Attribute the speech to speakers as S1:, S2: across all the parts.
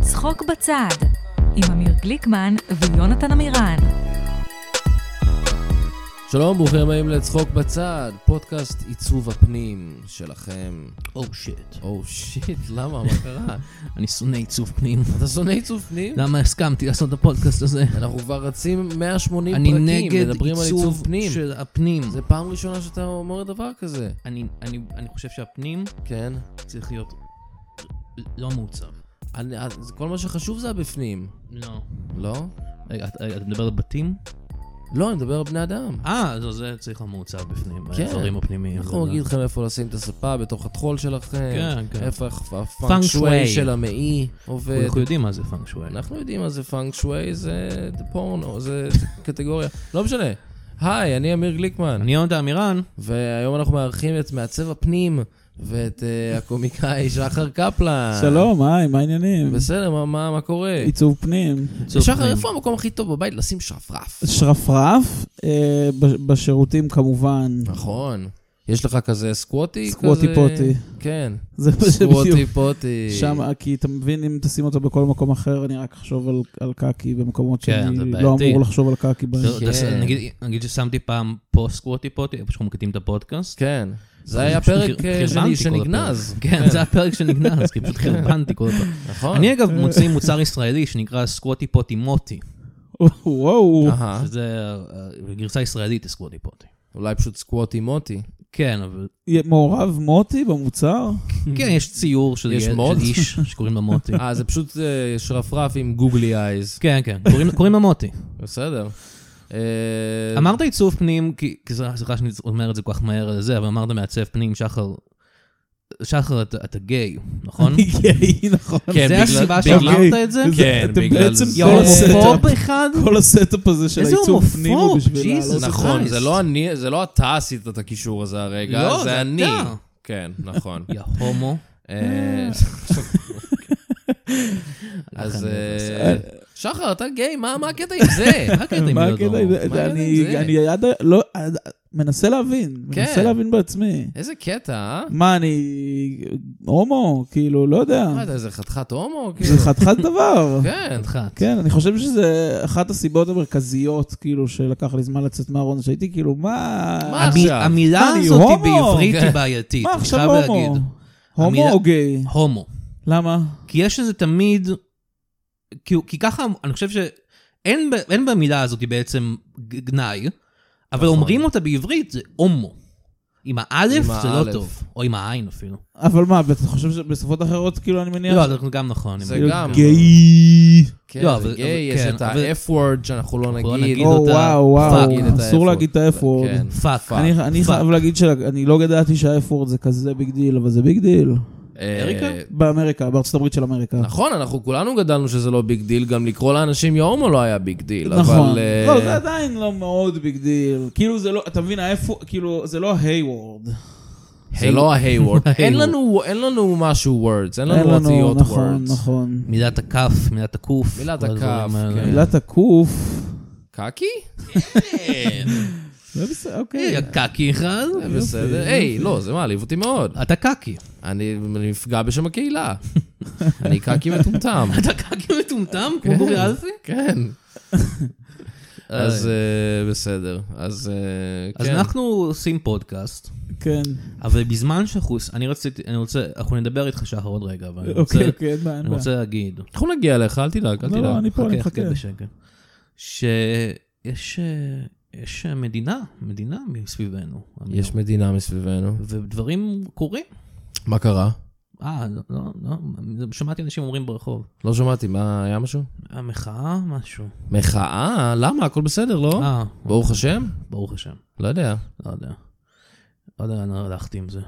S1: צחוק בצד, עם אמיר גליקמן ויונתן עמירן.
S2: שלום, ברוכים הבאים לצחוק בצד, פודקאסט עיצוב הפנים שלכם.
S3: או שיט.
S2: או שיט, למה? מה קרה?
S3: אני שונא עיצוב פנים.
S2: אתה שונא עיצוב פנים?
S3: למה הסכמתי לעשות את הפודקאסט הזה?
S2: אנחנו כבר רצים 180
S3: אני
S2: פרקים,
S3: נגד
S2: מדברים על עיצוב
S3: עיצוב
S2: פנים.
S3: של הפנים.
S2: זה פעם ראשונה שאתה אומר דבר כזה.
S3: אני, אני, אני חושב שהפנים
S2: כן.
S3: צריך להיות לא מעוצב.
S2: אני, אז כל מה שחשוב זה הבפנים,
S3: לא.
S2: לא?
S3: רגע, את, את מדברת על בתים?
S2: לא, אני מדבר על בני אדם.
S3: אה, זה, זה צריך המעוצב בפנים,
S2: כן.
S3: הדברים הפנימיים.
S2: אנחנו נגיד לכם איפה לשים את הספה, בתוך הטחול שלכם.
S3: כן, כן.
S2: איפה הפ-
S3: פאנק
S2: הפאנקשווי
S3: שווי.
S2: של המעי עובד.
S3: אנחנו יודעים מה זה נכון? פאנק שווי.
S2: אנחנו יודעים מה זה פאנק שווי, זה פורנו, זה זה קטגוריה. לא משנה. היי, אני אמיר גליקמן,
S3: אני יונתן עמירן,
S2: והיום אנחנו מארחים את מעצב הפנים ואת אה, הקומיקאי שחר קפלן.
S4: שלום, היי, מה העניינים?
S2: בסדר, מה- מה מה קורה?
S4: עיצוב פנים.
S3: עיצוב
S2: שחר,
S3: פנים.
S2: איפה המקום הכי טוב בבית? לשים שרפרף.
S4: שרפרף, אה, בש- בשירותים כמובן.
S2: נכון. יש לך כזה סקווטי?
S4: סקווטי
S2: כזה?
S4: פוטי.
S2: כן,
S4: זה מה שבדיוק.
S2: סקווטי פוטי.
S4: שם, אה, כי אתה מבין, אם תשים אותו בכל מקום אחר, אני רק אחשוב על- על קקי במקומות
S3: כן, זה
S4: שאני לא
S3: בעייתי.
S4: אמור לחשוב על קקי בהם.
S3: לא,
S2: כן.
S3: תעשה- נגיד- נגיד ששמתי פעם פה סקווטי פוטי, איפה שאנחנו מקטעים את הפודקאסט.
S2: כן. זה היה
S3: פשוט
S2: פרק
S3: חיר-
S2: אה,
S3: חרבנתי
S2: שני-
S3: כל
S2: שנגנז.
S3: הפרק. כן, זה הפרק שנגנז, כי פשוט חרבנתי כל הזמן.
S2: נכון.
S3: אני אגב מוציא מוצר ישראלי שנקרא סקווטי פוטי מוטי,
S4: וואו,
S2: אהה.
S3: שזה אה, גרסה ישראלית לסקווטי פוטי.
S2: אולי פשוט סקווטי מוטי.
S3: כן, אבל...
S4: יהיה מעורב מוטי במוצר?
S3: כן, יש ציור של
S2: יש
S3: ילד-
S2: מוט?
S3: של איש שקוראים לו מוטי.
S2: אה, זה פשוט אה, שרפרף עם גוגלי אייז.
S3: כן, כן, קוראים- קוראים לו מוטי.
S2: בסדר. אה,
S3: אמרת עיצוב פנים, כי כי זה- סליחה שאני אומר את זה כל כך מהר על זה, אבל אמרת מעצב פנים, שחר... שחר, אתה אתה גיי, נכון?
S4: גיי, נכון.
S2: Hmm? כן,
S3: זה
S2: בגלל-
S3: הסיבה
S2: בגלל-
S3: שאמרת את זה?
S4: אוקיי,
S2: כן,
S4: אז אתם
S2: בגלל
S4: בעצם
S2: זה.
S4: כל הסטאפ-
S3: הומופוב אחד?
S4: כל הסטאפ הזה של
S3: איזה
S4: העיצוב
S3: הומופוב,
S4: פנים הוא בשביל
S3: ג'יזוס.
S4: לעלות את זה.
S2: נכון,
S3: Christ.
S2: זה לא אני, זה לא אתה עשית את הקישור הזה הרגע,
S3: לא,
S2: זה
S3: זה
S2: אני.
S3: אתה.
S2: כן, נכון.
S3: יא הומו.
S2: אה, אז
S3: אני
S2: אה, שחר, אתה גיי, מה מה הקטע עם זה?
S3: מה הקטע עם
S4: מה
S3: להיות
S4: הקטע?
S3: הומו?
S4: עם
S2: מה
S4: זה?
S2: עם זה?
S4: אני- אני עד... לא, עד- מנסה להבין,
S2: כן.
S4: מנסה להבין בעצמי.
S2: איזה קטע, אה?
S4: מה, אני הומו? כאילו, לא יודע.
S2: מה אתה, איזה חתיכת הומו?
S4: זה
S2: כאילו?
S4: חתיכת דבר.
S2: כן.
S3: כן. חתיכת.
S4: כן, אני חושב שזה אחת הסיבות המרכזיות, כאילו, שלקח לי זמן לצאת מהארון, שהייתי כאילו, מה...
S2: מה
S3: המי-
S2: אה, עכשיו?
S3: המילה
S4: מה, אני
S3: הזאת
S4: הומו?
S3: בעברית
S2: כן.
S3: היא בעייתית,
S4: מה
S3: אני
S4: עכשיו
S3: חייב
S4: הומו?
S3: להגיד.
S4: הומו
S3: המילה-
S4: או גיי?
S3: הומו.
S4: למה?
S3: כי יש איזה תמיד, כי, כי ככה, אני חושב שאין ב- אין במילה הזאת בעצם ג- גנאי, אבל
S2: נכון.
S3: אומרים אותה בעברית זה הומו. עם האלף
S2: עם
S3: זה
S2: האלף.
S3: לא טוב, או עם העין אפילו.
S4: אבל מה, אתה חושב שבשפות אחרות, כאילו, אני מניח...
S3: לא, זה גם נכון.
S2: זה
S3: אני-
S4: כאילו,
S2: גם.
S4: גיי.
S2: כן,
S3: לא,
S2: זה
S3: אבל-
S2: גיי,
S3: אבל-
S2: יש
S3: כן,
S2: את
S3: אבל-
S2: ה-F word שאנחנו לא
S3: לא
S2: נגיד.
S3: נגיד
S4: או,
S3: אותה.
S4: וואו,
S3: פאק,
S4: וואו,
S3: נגיד
S2: את ה-F
S4: אסור
S2: word.
S4: להגיד את ה-F-word.
S2: כן.
S3: פאק.
S2: פאק.
S4: אני- אני חייב להגיד שאני לא ידעתי שה-F-word זה כזה ביג דיל, אבל זה ביג דיל.
S2: אה,
S3: אריקה?
S4: באמריקה, בארצות הברית של אמריקה.
S2: נכון, אנחנו כולנו גדלנו שזה לא ביג דיל, גם לקרוא לאנשים יא הומו לא היה ביג דיל,
S4: נכון.
S2: אבל... אה,
S4: לא, זה עדיין לא מאוד ביג דיל. כאילו זה לא, אתה מבין, ה-F-word, כאילו, זה לא ה-Hayward.
S2: זה לא ה-Hayward. אין
S3: ה-Hayward.
S2: לנו- אין לנו משהו words, אין
S4: אין
S2: לנו
S4: לנו,
S2: אותיות
S4: נכון,
S2: words.
S4: נכון.
S3: מילת הכף, מילת הקוף.
S2: מילת
S3: כל הדברים
S2: הכף,
S3: האלה.
S2: כן.
S4: מילת הקוף.
S2: קקי?
S4: זה בסדר, אוקיי.
S3: היי, אה, הקקי אחד.
S2: זה בסדר. היי, לא, זה מעליב אותי מאוד.
S3: אתה קקי.
S2: אני אני נפגע בשם הקהילה. אני קקי מטומטם.
S3: אתה קקי מטומטם כמו גורי אלפי?
S2: כן. אז אה, בסדר. אז אה,
S3: אז
S2: כן.
S3: אנחנו עושים פודקאסט,
S4: כן.
S3: אבל בזמן שאנחנו... אני רציתי, אני רוצה, אנחנו נדבר איתך שחר עוד רגע, אבל אני רוצה-
S4: אוקיי, אוקיי, אין בעיה. אין
S3: אני
S4: בעיה.
S3: רוצה להגיד,
S2: אנחנו נגיע אליך, אל תדאג, אל
S4: לא, לא,
S2: תדאג.
S4: אני פה, אני
S3: חכה,
S4: מחכה.
S3: חכה בשקט, שיש אה, יש, אה, מדינה, מדינה מסביבנו.
S2: יש
S3: אמיר.
S2: מדינה מסביבנו.
S3: ודברים קורים.
S2: מה קרה?
S3: אה, לא, לא, לא, שמעתי אנשים אומרים ברחוב,
S2: לא שמעתי, מה, היה משהו?
S3: המחאה, משהו.
S2: מחאה? למה? הכל בסדר, לא?
S3: אה,
S2: ברוך השם?
S3: ברוך השם,
S2: לא יודע.
S3: לא יודע. לא יודע, אני הלכתי עם זה.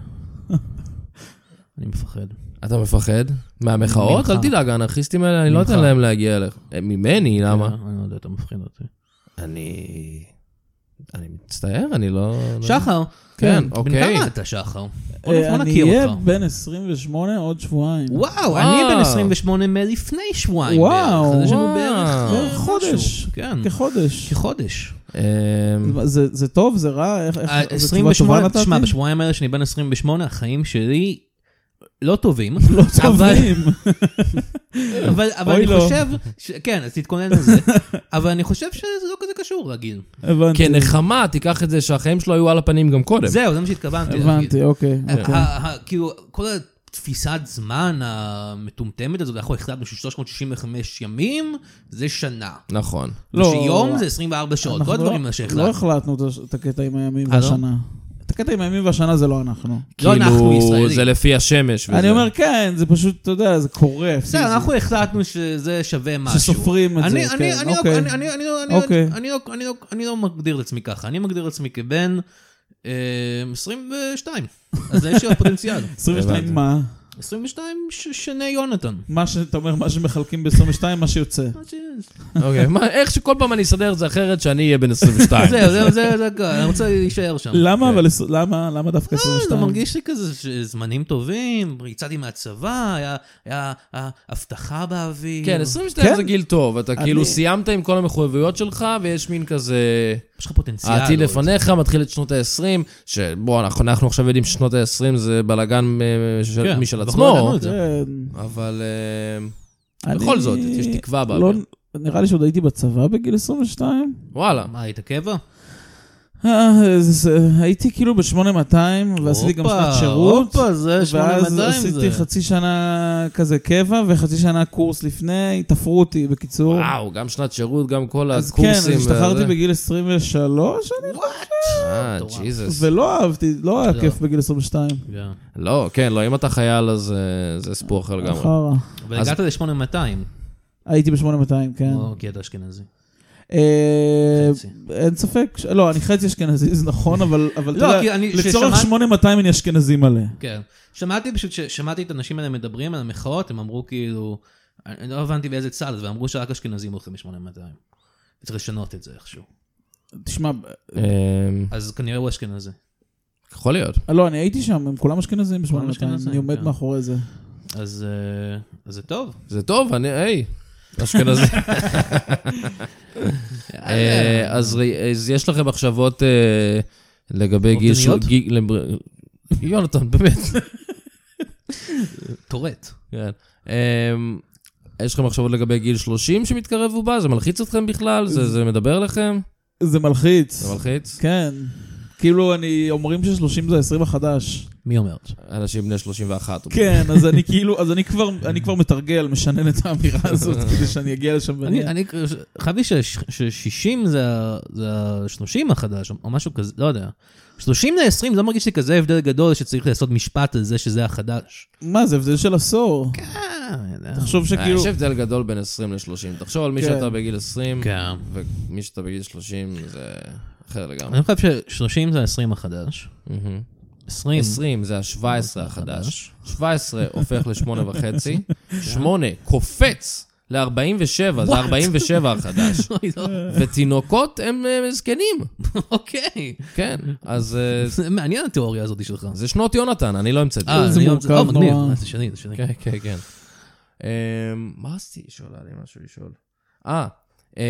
S3: אני מפחד.
S2: אתה מפחד? מהמחאות?
S3: ממך.
S2: אל תדאג, האנרכיסטים האלה, אני לא
S3: ממך.
S2: אתן להם להגיע אליך. אה, ממני, למה?
S3: אני לא יודע, אתה מפחיד אותי.
S2: אני... אני מצטער, אני לא...
S3: שחר,
S2: כן,
S3: בן
S2: אוקיי.
S3: כמה אתה שחר? בוא
S4: אה,
S3: בוא
S4: אני
S3: נכיר
S4: אהיה
S3: אותך.
S4: בן 28 עוד שבועיים.
S3: וואו,
S2: וואו.
S3: אני בן 28 מלפני שבועיים.
S4: וואו.
S3: בערך. אז יש לנו
S2: וואו.
S3: בערך אה,
S4: בערך חודש.
S3: משהו. כן,
S4: כחודש.
S3: כחודש. אה,
S2: אמ,
S4: זה- זה טוב? זה רע? איך- איך-
S3: ה-
S4: זו תשובה טובה
S3: 28,
S4: נתתי?
S3: תשמע, בשבועיים האלה שאני בן 28, החיים שלי לא טובים.
S4: לא
S3: אבל-
S4: טובים.
S3: אבל, אבל
S4: אוי
S3: אני
S4: לא.
S3: חושב, ש... כן, אז תתכונן לזה. אבל אני חושב שזה לא כזה קשור להגיד.
S4: הבנתי.
S3: כן,
S2: כנחמה, תיקח את זה שהחיים שלו היו על הפנים גם קודם.
S3: זהו, זה מה שהתכוונתי להגיד.
S4: כן. הבנתי, אוקיי. אוקיי.
S3: ה- ה- כאילו, כל התפיסת זמן המטומטמת הזאת, אנחנו החלטנו ש-365 ימים זה שנה.
S2: נכון.
S4: לא,
S3: שיום זה 24 שעות, כל
S4: אנחנו לא-
S3: הדברים האלה
S4: לא
S3: שהחלטנו.
S4: החלטנו את הש- את הקטע עם הימים
S3: אה, לא?
S4: והשנה. את הקטע עם הימים והשנה זה לא אנחנו.
S3: לא אנחנו
S2: כאילו,
S3: ישראלים.
S2: זה לפי השמש. וזה.
S4: אני אומר, כן, זה פשוט, אתה יודע, זה קורה. פיזית.
S3: בסדר, אנחנו החלטנו שזה שווה משהו.
S4: שסופרים את
S3: אני-
S4: זה,
S3: אני-
S4: כן,
S3: אני לא-
S4: אוקיי.
S3: אני- אני- אני לא- אני-
S4: אוקיי.
S3: אני לא- אני לא- אני לא מגדיר את עצמי ככה, אני מגדיר את עצמי כבן אה, 22. אז יש לי עוד פוטנציאל.
S4: 22
S2: הבנתי.
S4: מה?
S3: 22 ש- שני יונתן.
S4: מה שאתה אומר, מה שמחלקים ב-22, מה שיוצא.
S2: אוקיי, מה, איך שכל פעם אני אסדר את זה אחרת, שאני אהיה בן 22.
S3: זהו, זהו, זהו, זהו, אני רוצה להישאר שם.
S4: למה, אבל, עשו- למה, למה דווקא
S3: אוקיי. לא,
S4: 22?
S3: זה מרגיש לי כזה ש- זמנים טובים, יצאתי מהצבא, היה- היה היה הבטחה באוויר.
S2: כן, 22 זה
S4: כן.
S2: גיל טוב, אתה
S4: אני-
S2: כאילו סיימת עם כל המחויבויות שלך, ויש מין כזה...
S3: יש לך פוטנציאל. לא-
S2: העתיד
S3: עוד.
S2: לפניך, מתחיל את שנות ה-20, שבוא, אנחנו אנחנו עכשיו יודעים ששנות ה-20 זה בלאגן אה, של-
S3: כן,
S2: משל
S3: אנחנו לא ידענו
S2: עצמו,
S3: את זה.
S4: כן.
S2: אבל אה,
S4: אני-
S2: בכל זאת, יש תקווה
S4: לא,
S2: באוויר.
S4: נראה לי שעוד הייתי בצבא בגיל 22.
S2: וואלה.
S3: מה, היית קבע?
S4: אה, זה- זה- הייתי כאילו ב-8200, ועשיתי גם
S3: הופה,
S4: שנת שירות.
S3: הופה, זה 8200
S4: ואז
S3: זה.
S4: עשיתי חצי שנה כזה קבע, וחצי שנה קורס לפני, תפרו אותי בקיצור.
S2: וואו, גם שנת שירות, גם כל
S4: אז כן,
S2: הקורסים.
S4: אז השתחררתי בגיל 23, אני-
S2: אה,
S3: מטורף.
S2: ג'יזוס.
S4: ולא אהבתי, לא היה
S3: לא.
S4: כיף בגיל 22.
S3: כן.
S2: לא, כן, לא, אם אתה חייל, אז אה, זה סיפור אחר
S3: נכון.
S2: לגמרי.
S4: חרא.
S3: אבל
S2: אז-
S3: הגעת ל-8200.
S4: הייתי ב-8200, כן.
S3: או, כי אתה אשכנזי.
S4: אה,
S3: חצי.
S4: אין ספק, ש- לא, אני חצי אשכנזי, זה נכון, אבל אבל אתה
S3: לא,
S4: יודע,
S3: כי אני-
S4: לצורך
S3: ששמעתי-
S4: 8200 אני אשכנזי מלא.
S3: כן. שמעתי פשוט, ש- שמעתי את האנשים האלה מדברים על המחאות, הם אמרו כאילו, אני לא הבנתי באיזה צד, ואמרו שרק אשכנזים הולכים ל-8200. צריך לשנות את זה איכשהו.
S4: תשמע,
S2: אה,
S3: אז כנראה הוא אשכנזי.
S2: יכול להיות.
S4: לא, אני הייתי שם, הם כולם אשכנזים ב-8200,
S3: אשכנזים,
S4: אני עומד
S3: כן.
S4: מאחורי זה.
S3: אז אה, אז זה טוב.
S2: זה טוב, אני, היי, אשכנזי. אה, אז ר- אז יש לכם מחשבות אה, לגבי גיל... ש-
S3: אובדניות?
S2: גיל- לבר- יונתן, באמת.
S3: טורט.
S2: כן. אה, יש לכם מחשבות לגבי גיל 30 שמתקרב ובא? זה מלחיץ אתכם בכלל? זה זה מדבר לכם?
S4: זה מלחיץ.
S2: זה מלחיץ?
S4: כן. כאילו, אני, אומרים ש-30 זה ה-20 החדש.
S3: מי אומר את זה?
S2: אנשים בני 31.
S4: כן, אז אני כאילו, אז אני כבר, אני כבר מתרגל, משנן את האמירה הזאת, כדי שאני אגיע לשם ואני...
S3: אני, אני חייב לי ש-60 זה ה-30 החדש, או משהו כזה, לא יודע. 30 ל-20 לא מרגיש לי כזה הבדל גדול שצריך לעשות משפט על זה שזה החדש.
S4: מה, זה הבדל של עשור.
S3: אה, אני יודע.
S4: תחשוב
S2: אה,
S4: שכאילו...
S2: יש הבדל גדול בין 20 ל-30. תחשוב על מי
S4: כן.
S2: שאתה בגיל 20,
S3: כן.
S2: ומי שאתה בגיל 30 זה אחר לגמרי.
S3: אני חושב ש-30 זה ה-20 החדש.
S2: מהמם.
S3: 20.
S2: 20 זה ה-17 החדש, 17 הופך ל-8 וחצי, 8 קופץ ל-47, זה 47 החדש.
S3: אוי, לא.
S2: ותינוקות הם אה, זקנים,
S3: אוקיי.
S2: כן. אז אה,
S3: זה מעניין התיאוריה הזאת שלך.
S2: זה שנות יונתן, אני לא המצאתי.
S3: אה,
S4: זה
S3: אני-
S4: מורכב
S3: אה, מגניב.
S4: נורא. אוקיי.
S3: אה, זה שני, זה שני.
S2: כן, כן, כן. אה, מה עשיתי לשאול? היה לי משהו לשאול. אה, אה,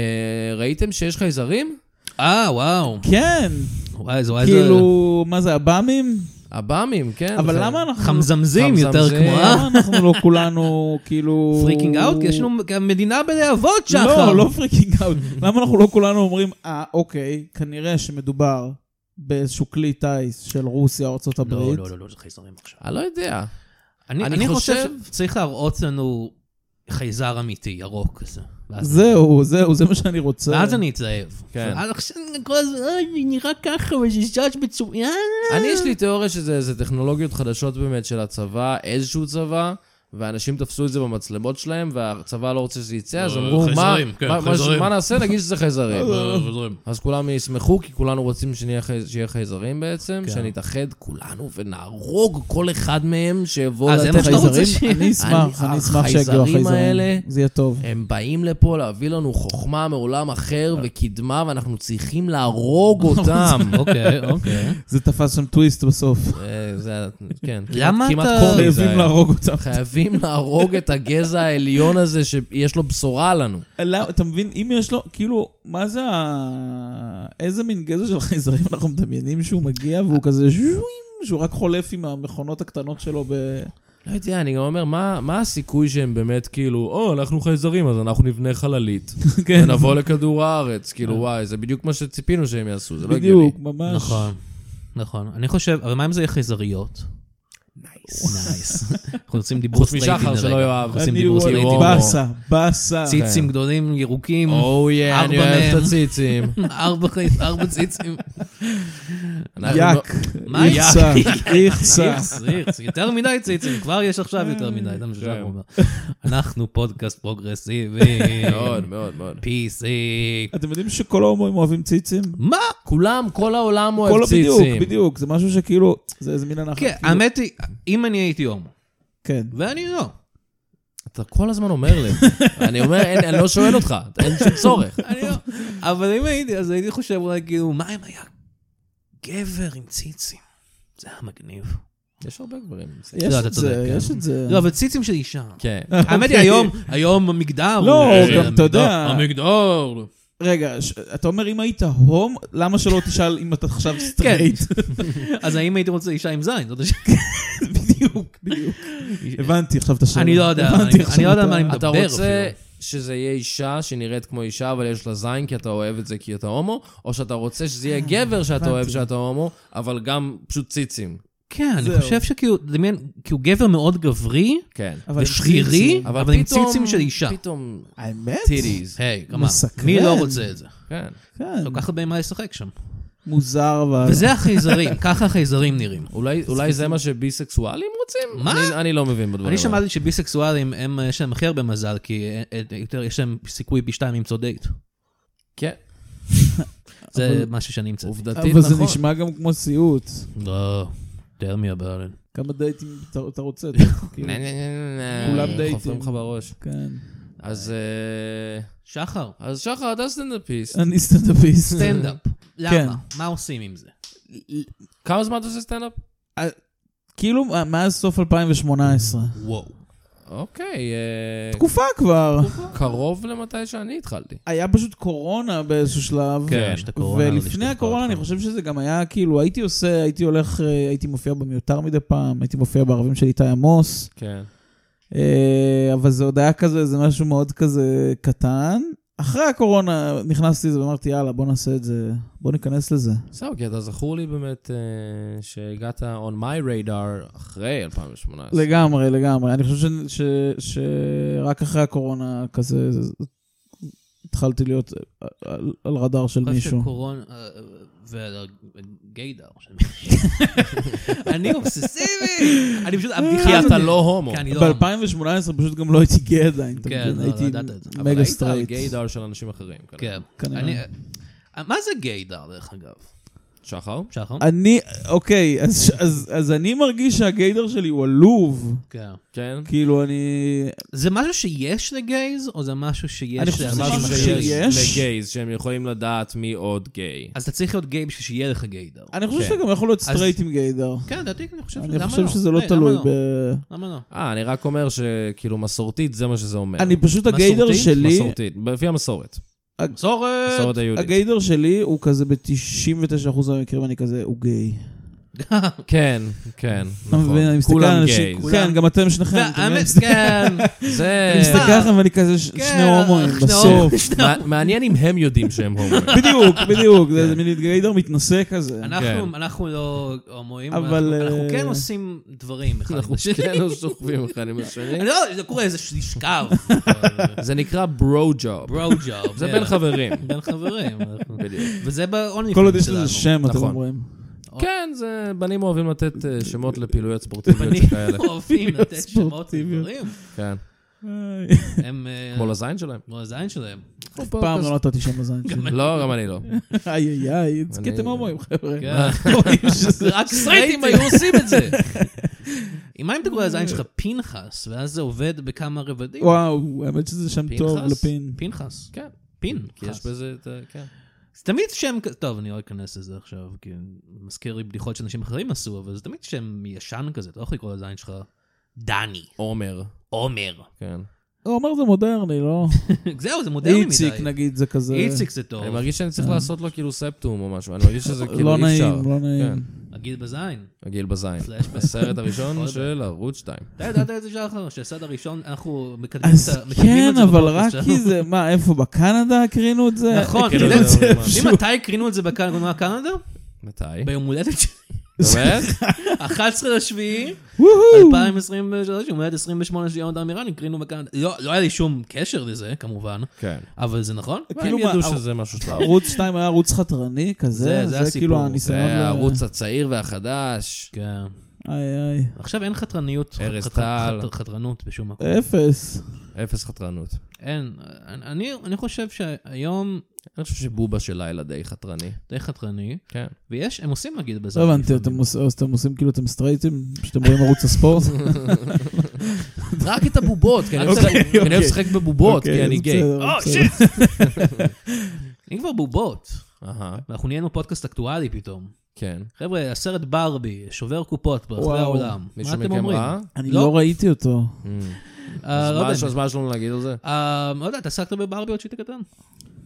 S2: ראיתם שיש חייזרים?
S3: אה, וואו.
S4: כן,
S3: וואי, זה וואי, זה...
S4: כאילו, מה זה, עב"מים?
S2: עב"מים, כן. זה-
S4: אבל למה אנחנו...
S3: חמזמזים יותר
S2: חמזמזים.
S3: כמו... אה,
S4: למה אנחנו לא כולנו, כאילו...
S3: פריקינג אאוט? כי יש לנו גם מדינה בלהבות שחר.
S4: לא, לא פריקינג אאוט. למה אנחנו לא כולנו אומרים, אה, אוקיי, כנראה שמדובר באיזשהו כלי טיס של רוסיה או ארצות
S3: לא,
S4: הברית.
S3: לא, לא, לא, זה חייזרים עכשיו.
S2: אני לא יודע.
S3: אני,
S2: אני
S3: אני, אני חושב...
S2: חושב-
S3: שצריך להראות לנו חייזר אמיתי, ירוק כזה. ואז-
S4: זהו, זהו, זה מה שאני רוצה.
S3: ואז אני אתלהב.
S2: כן.
S3: ואז עכשיו אני כל הזמן, אוי, זה נראה ככה, וזה זז אה, מצוין.
S2: אני, יש לי תיאוריה שזה איזה טכנולוגיות חדשות באמת של הצבא, איזשהו צבא, ואנשים תפסו את זה במצלמות שלהם, והצבא לא רוצה שזה יצא, אז
S3: אה,
S2: אמרו, "מה-
S3: חייזרים, כן,
S2: מה- מה-
S3: חייזרים."
S2: מה נעשה? נגיד שזה
S3: אה,
S2: חייזרים.
S3: חוזרים.
S2: אז כולם ישמחו, כי כולנו רוצים שנהיה חי- שיהיה חייזרים בעצם,
S3: כן.
S2: שנתאחד כולנו ונהרוג כל אחד מהם שיבוא
S3: אה, זה
S2: לתת
S3: מה שאתה רוצה
S2: חייזרים.
S3: ש-
S4: אני אשמח,
S2: אני-
S4: אני אשמח שיגיעו
S2: החייזרים
S4: החייזרים.
S2: האלה- אה.
S4: זה יהיה טוב.
S2: הם באים לפה להביא לנו חוכמה מעולם אחר וקדמה, ואנחנו צריכים להרוג אותם.
S3: אוקיי, אוקיי.
S4: זה תפס שם טוויסט בסוף.
S2: אה, זה, כן.
S3: למה
S2: כמעט-
S3: אתה-
S2: כמעט קומי זה
S4: חייבים
S2: היה.
S4: להרוג אותם.
S2: חייבים להרוג את הגזע העליון הזה שיש לו בשורה לנו.
S4: לא, אתה מבין, אם יש לו, כאילו, מה זה ה... איזה מין גזע של חייזרים אנחנו מדמיינים שהוא מגיע והוא כזה ז'ויים, שהוא רק חולף עם המכונות הקטנות שלו ב...
S2: לא יודע, אני גם אומר, מה, מה הסיכוי שהם באמת כאילו, או, אנחנו חייזרים, אז אנחנו נבנה חללית.
S4: כן.
S2: ונבוא לכדור הארץ, כאילו, וואי, זה בדיוק מה שציפינו שהם יעשו, זה לא הגיוני.
S4: בדיוק, ממש.
S3: נכון, נכון. אני חושב, אבל מה אם זה יהיה חייזריות? נייס. אנחנו רוצים דיבור
S2: חוץ
S3: סטרייטי
S2: משחר שלא יאהב.
S3: אנחנו רוצים
S4: אני
S3: דיבור
S4: הוא
S3: סטרייטי.
S2: וואו.
S4: באסה, באסה.
S3: ציצים גדולים, ירוקים,
S2: או, יא,
S3: ארבע
S2: Oh, אני אוהב
S3: מהם.
S2: את הציצים.
S3: ארבע חי- ארבע ציצים.
S2: אנחנו לא-
S4: יאק,
S3: מה
S4: איכסה, איכסה.
S3: איכס, איכס, יותר מדי ציצים, כבר יש עכשיו יותר מדי, זה מה
S4: כן.
S3: ששם אומר. אנחנו פודקאסט פרוגרסיבי,
S2: מאוד,
S4: נכון.
S2: מאוד, מאוד.
S3: PC.
S4: אתם יודעים שכל ההומואים אוהבים ציצים?
S3: מה?
S2: כולם, כל העולם
S4: כל
S2: אוהב
S4: בדיוק,
S2: ציצים.
S4: בדיוק, זה משהו שכאילו, זה איזה מין הנחה.
S3: כן,
S4: כאילו,
S3: האמת היא, אם אני הייתי הומו,
S4: כן.
S3: ואני לא,
S2: אתה כל הזמן אומר לי. אני אומר, אין- אני לא שואל אותך, אין שום צורך.
S3: אני לא, אבל אם הייתי, אז הייתי חושב אולי כאילו, מה אם היה גבר עם ציצים? זה היה מגניב.
S2: יש הרבה גברים.
S4: יש
S3: לא, אתה
S4: את
S3: צודק,
S4: זה,
S3: כן.
S4: יש את זה.
S3: לא, אבל ציצים של אישה.
S2: כן.
S3: האמת היא,
S4: אוקיי.
S3: היום, היום המגדר
S4: לא,
S3: הוא-
S4: גם אתה יודע.
S3: המגדר.
S4: רגע, ש- אתה אומר אם היית הום, למה שלא תשאל אם אתה עכשיו
S3: כן.
S4: סטרייט?
S3: אז האם הייתי רוצה אישה עם זין? זאת השאלה.
S4: בדיוק, בדיוק. הבנתי עכשיו את השאלה.
S3: אני לא יודע,
S4: הבנתי
S3: אני-
S4: עכשיו
S3: אני לא יודע
S4: את
S3: מה
S4: ה-
S3: אני מדבר.
S2: אתה
S3: מדבר
S2: רוצה שזה יהיה אישה שנראית כמו אישה, אבל יש לה זין כי אתה אוהב את זה כי אתה הומו, או שאתה רוצה שזה יהיה גבר שאתה
S4: הבנתי.
S2: אוהב שאתה הומו, אבל גם פשוט ציצים.
S3: כן, אני
S4: זהו.
S3: חושב שכאילו, דמיין, כי הוא גבר מאוד גברי,
S2: כן.
S4: אבל עם
S3: ושרירי,
S4: ציצים.
S3: אבל עם ציצים של אישה.
S2: פתאום
S4: האמת?
S2: טיריז.
S3: היי, כמה,
S4: מסקרן.
S3: מי לא רוצה את זה?
S2: כן.
S4: כן,
S3: כל כך הרבה מה לשחק שם.
S4: מוזר אבל.
S3: וזה החייזרים, ככה החייזרים נראים.
S2: אולי, אולי זה מה שביסקסואלים רוצים?
S3: מה?
S2: אני, אני לא מבין בדברים
S3: אני שמעתי שביסקסואלים, הם, יש להם הכי הרבה מזל, כי אה, אה, יותר, יש להם סיכוי פי שתיים למצוא דייט.
S2: כן,
S3: זה
S4: אבל-
S3: משהו שאני אמצא.
S2: עובדתית
S4: אבל
S2: נכון.
S4: זה נשמע גם כמו סיוט.
S3: לא, תאר מי הבעלן.
S4: כמה דייטים אתה אתה רוצה? אתה- כאילו,
S2: נה, נה, נה, נה, נה.
S4: כולם דייטים.
S2: חופרים לך בראש.
S4: כן.
S2: אז אה,
S3: שחר,
S2: אז שחר, אתה סטנדאפיסט.
S4: אני סטנדאפיסט.
S3: סטנדאפ.
S4: כן.
S3: למה? מה עושים עם זה?
S2: כמה זמן אתה עושה סטנדאפ?
S4: כאילו, מאז סוף 2018.
S3: וואו.
S4: כן.
S2: אוקיי, אה,
S4: תקופה כבר.
S2: קרוב למתי שאני התחלתי.
S4: היה פשוט קורונה באיזשהו שלב.
S3: כן, יש את הקורונה. עוד יש את
S4: ולפני הקורונה אני חושב שזה גם היה כאילו, הייתי עושה, הייתי הולך, אה, הייתי מופיע במיותר מדי פעם, הייתי מופיע בערבים של איתי עמוס,
S2: כן.
S4: אה, אבל זה עוד היה כזה, זה משהו מאוד כזה קטן. אחרי הקורונה נכנסתי לזה ואמרתי, יאללה, בוא נעשה את זה, בוא ניכנס לזה.
S2: זהו, כי אתה זכור לי באמת אה, שהגעת on my radar אחרי 2018.
S4: לגמרי, לגמרי. אני חושב ש- ש- שרק אחרי הקורונה כזה, זה- התחלתי להיות על- על- על רדאר של
S3: אני חושב
S4: מישהו.
S3: שקורונה, אה, ועל הגיידר. אני אובססיבי! אני פשוט, הבדיחה
S2: כי
S3: הזאת...
S2: אתה לא
S4: כן,
S2: הומו.
S3: כי אני לא...
S4: ב-2018 פשוט גם לא הייתי גיי עדיין, אתה
S3: כן,
S4: מבין?
S3: לא,
S4: הייתי
S3: ידעת את זה. אבל
S4: מגה
S2: אבל היית על
S4: סטרייט.
S2: גיידר של אנשים אחרים. כנראה.
S3: כן.
S4: כנראה.
S3: אני- אה, מה זה גיידר, דרך אגב?
S2: שחר?
S3: שחר?
S4: אני, אוקיי, אז- אז- אז אני מרגיש שהגיידר שלי הוא עלוב.
S3: כן.
S2: כן.
S4: כאילו, אני...
S3: זה משהו שיש לגייז, או זה משהו שיש
S4: אני חושב שזה
S3: לאנשים
S4: משהו
S3: אחרים?
S4: שיש.
S2: לגייז, שהם יכולים לדעת מי עוד גיי.
S3: אז אתה צריך להיות גיי בשביל שיהיה לך גיידר.
S4: אני חושב
S2: כן.
S4: שאתה גם יכול להיות סטרייט עם גיידר.
S3: כן, לדעתי אני חושב
S4: אני
S3: אוקיי. למה
S4: חושב שזה לא
S3: היי, למה
S4: תלוי ב...
S3: למה לא?
S2: אה, אני רק אומר שכאילו מסורתית זה מה שזה אומר.
S4: אני פשוט, הגיידר
S2: מסורתית?
S4: שלי, אה,
S2: מסורתית, לפי המסורת.
S3: מסורת!
S2: המסורת היהודית.
S4: הגיידר שלי הוא כזה ב-99% מהמקרים אני כזה, הוא גיי.
S2: כן, כן,
S4: אתה
S2: נכון.
S4: מבין? אני מסתכל
S2: כולם
S4: על
S2: גיי.
S4: אנשים, כן, גם אתם שניכם, אתה מבין?
S3: והאמת, כן.
S2: זה...
S4: אני מסתכל עליכם ואני כזה, ש-
S3: כן,
S4: שני הומואים
S3: שני
S4: בסוף.
S3: הומואים.
S2: מע- מעניין אם הם יודעים שהם הומואים.
S4: בדיוק, בדיוק, זה מין גיידר מתנשא כזה.
S3: אנחנו- אנחנו לא הומואים,
S4: אבל,
S3: אבל אנחנו
S4: אה,
S3: כן עושים דברים אחד עם
S2: אנחנו
S3: השני.
S2: שנינו שוכבים אחד עם השני.
S3: לא, זה קורה איזה לשכב.
S2: זה נקרא ברו ג'וב.
S3: ברו ג'וב.
S4: כן.
S2: זה בין חברים.
S3: כן. בין חברים.
S2: בדיוק.
S3: וזה בעוני
S4: כל עוד יש
S3: שלנו.
S4: לזה שם, אתם
S2: נכון.
S4: אומרים.
S2: כן, זה... בנים אוהבים לתת אה, שמות לפעילויות ספורטיביות
S3: בנים
S2: שכאלה.
S3: אוהבים לתת שמות
S4: ספורטיביות.
S3: לדברים.
S2: כן.
S3: הם... אה,
S2: כמו לזין שלהם.
S3: כמו לזין שלהם.
S4: פעם לא נתתי שם לזין שלי.
S2: לא, גם אני לא.
S4: איי איי איי, זה כי
S2: אני-
S4: אתם הומואים, חבר'ה.
S3: כן.
S4: רואים שזה-
S3: רק סטרייטים היו עושים את זה. עם מה אם אתה קורא לזין שלך פנחס, ואז זה עובד בכמה רבדים?
S4: וואו, האמת שזה שם
S2: פנחס?
S4: טוב לפין.
S3: פנחס.
S2: כן.
S3: פין.
S2: כי יש בזה את ה... כן.
S3: זה תמיד שם כזה, טוב, אני לא אכנס לזה עכשיו, כי מזכיר לי בדיחות שאנשים אחרים עשו, אבל זה תמיד שם ישן כזה, אתה לא יכול לקרוא לזין שלך דני,
S2: עומר.
S3: עומר,
S2: כן.
S4: הוא אומר זה מודרני, לא?
S3: זהו, זה מודרני מדי.
S4: איציק נגיד זה כזה...
S3: איציק זה טוב.
S2: אני מרגיש שאני צריך לעשות לו כאילו ספטום או משהו, אני מרגיש שזה כאילו
S4: אה. לא
S2: אי אפשר.
S4: נעים, לא
S2: כן.
S4: נעים.
S3: הגיל בזין.
S2: הגיל בזין.
S3: פלשבק.
S2: הסרט הראשון
S3: עוד.
S2: של ערוץ 2.
S3: אתה ידעת את זה שחר? שהסד הראשון, אנחנו מקדמים את
S4: אז
S3: ה- מקדמים
S4: כן,
S3: את זה
S4: אבל
S3: בפודקאסט
S4: רק כי
S3: שלנו.
S4: זה, מה, איפה, בקנדה הקרינו את זה?
S3: נכון,
S2: כאילו,
S3: אתה יודע,
S2: זה-
S3: יודעים מתי הקרינו את זה בקנדה? בקנדה?
S2: מתי?
S3: ביום הולדת שלי.
S2: באמת?
S3: 11 לשביעי,
S4: וואו.
S3: 2023, יום הולדת 28 של יונתן מירן, הקרינו בקנדה. לא, לא היה לי שום קשר לזה, כמובן,
S2: כן.
S3: אבל זה נכון.
S2: כאילו
S4: כאילו
S2: הם
S4: מה,
S2: ידעו
S4: ערוץ-
S2: שזה משהו שלהם.
S4: ערוץ 2 היה ערוץ חתרני
S3: זה-
S4: כזה?
S3: זה לא-
S4: זה כאילו
S3: הסיפור.
S4: הניסיון...
S2: זה
S4: ל-
S2: הערוץ הצעיר והחדש.
S3: כן.
S4: איי איי.
S3: עכשיו אין חתרניות,
S2: ארז
S3: חת- חת-
S2: טל.
S3: חת- חתרנות בשום מקום.
S4: אפס. לא
S2: אפס חתרנות.
S3: אין. אני אני חושב שהיום
S2: אני חושב שבובה של לילה די חתרני.
S3: די חתרני,
S2: כן.
S3: ויש, הם עושים נגיד בזה.
S4: לא הבנתי, אתם עוש- אז אתם עושים כאילו אתם סטרייטים? שאתם רואים ערוץ הספורט?
S2: רק את הבובות, כי אני אוהב
S4: אוקיי,
S2: לשחק- כי אני אוהב
S4: אוקיי.
S2: לשחק בבובות, כי
S4: אוקיי,
S2: אני
S4: אז
S2: גיי.
S4: בסדר,
S3: או,
S4: בסדר.
S3: שיט! אני כבר בובות.
S2: אהה,
S3: ואנחנו נהיינו פודקאסט אקטואלי פתאום.
S2: כן.
S3: חבר'ה, הסרט ברבי שובר קופות ברחבי
S4: וואו.
S3: העולם. מה
S2: מישהו
S3: אתם
S2: מכם
S3: אומרים?
S2: ראה?
S4: אני
S3: לא.
S4: לא ראיתי אותו.
S3: אה,
S2: אז
S3: לא
S2: מה-
S3: יודע.
S2: אז מה יש לנו להגיד על זה?
S3: אה, לא יודע, התעסקת בברבי עוד שיט קטן?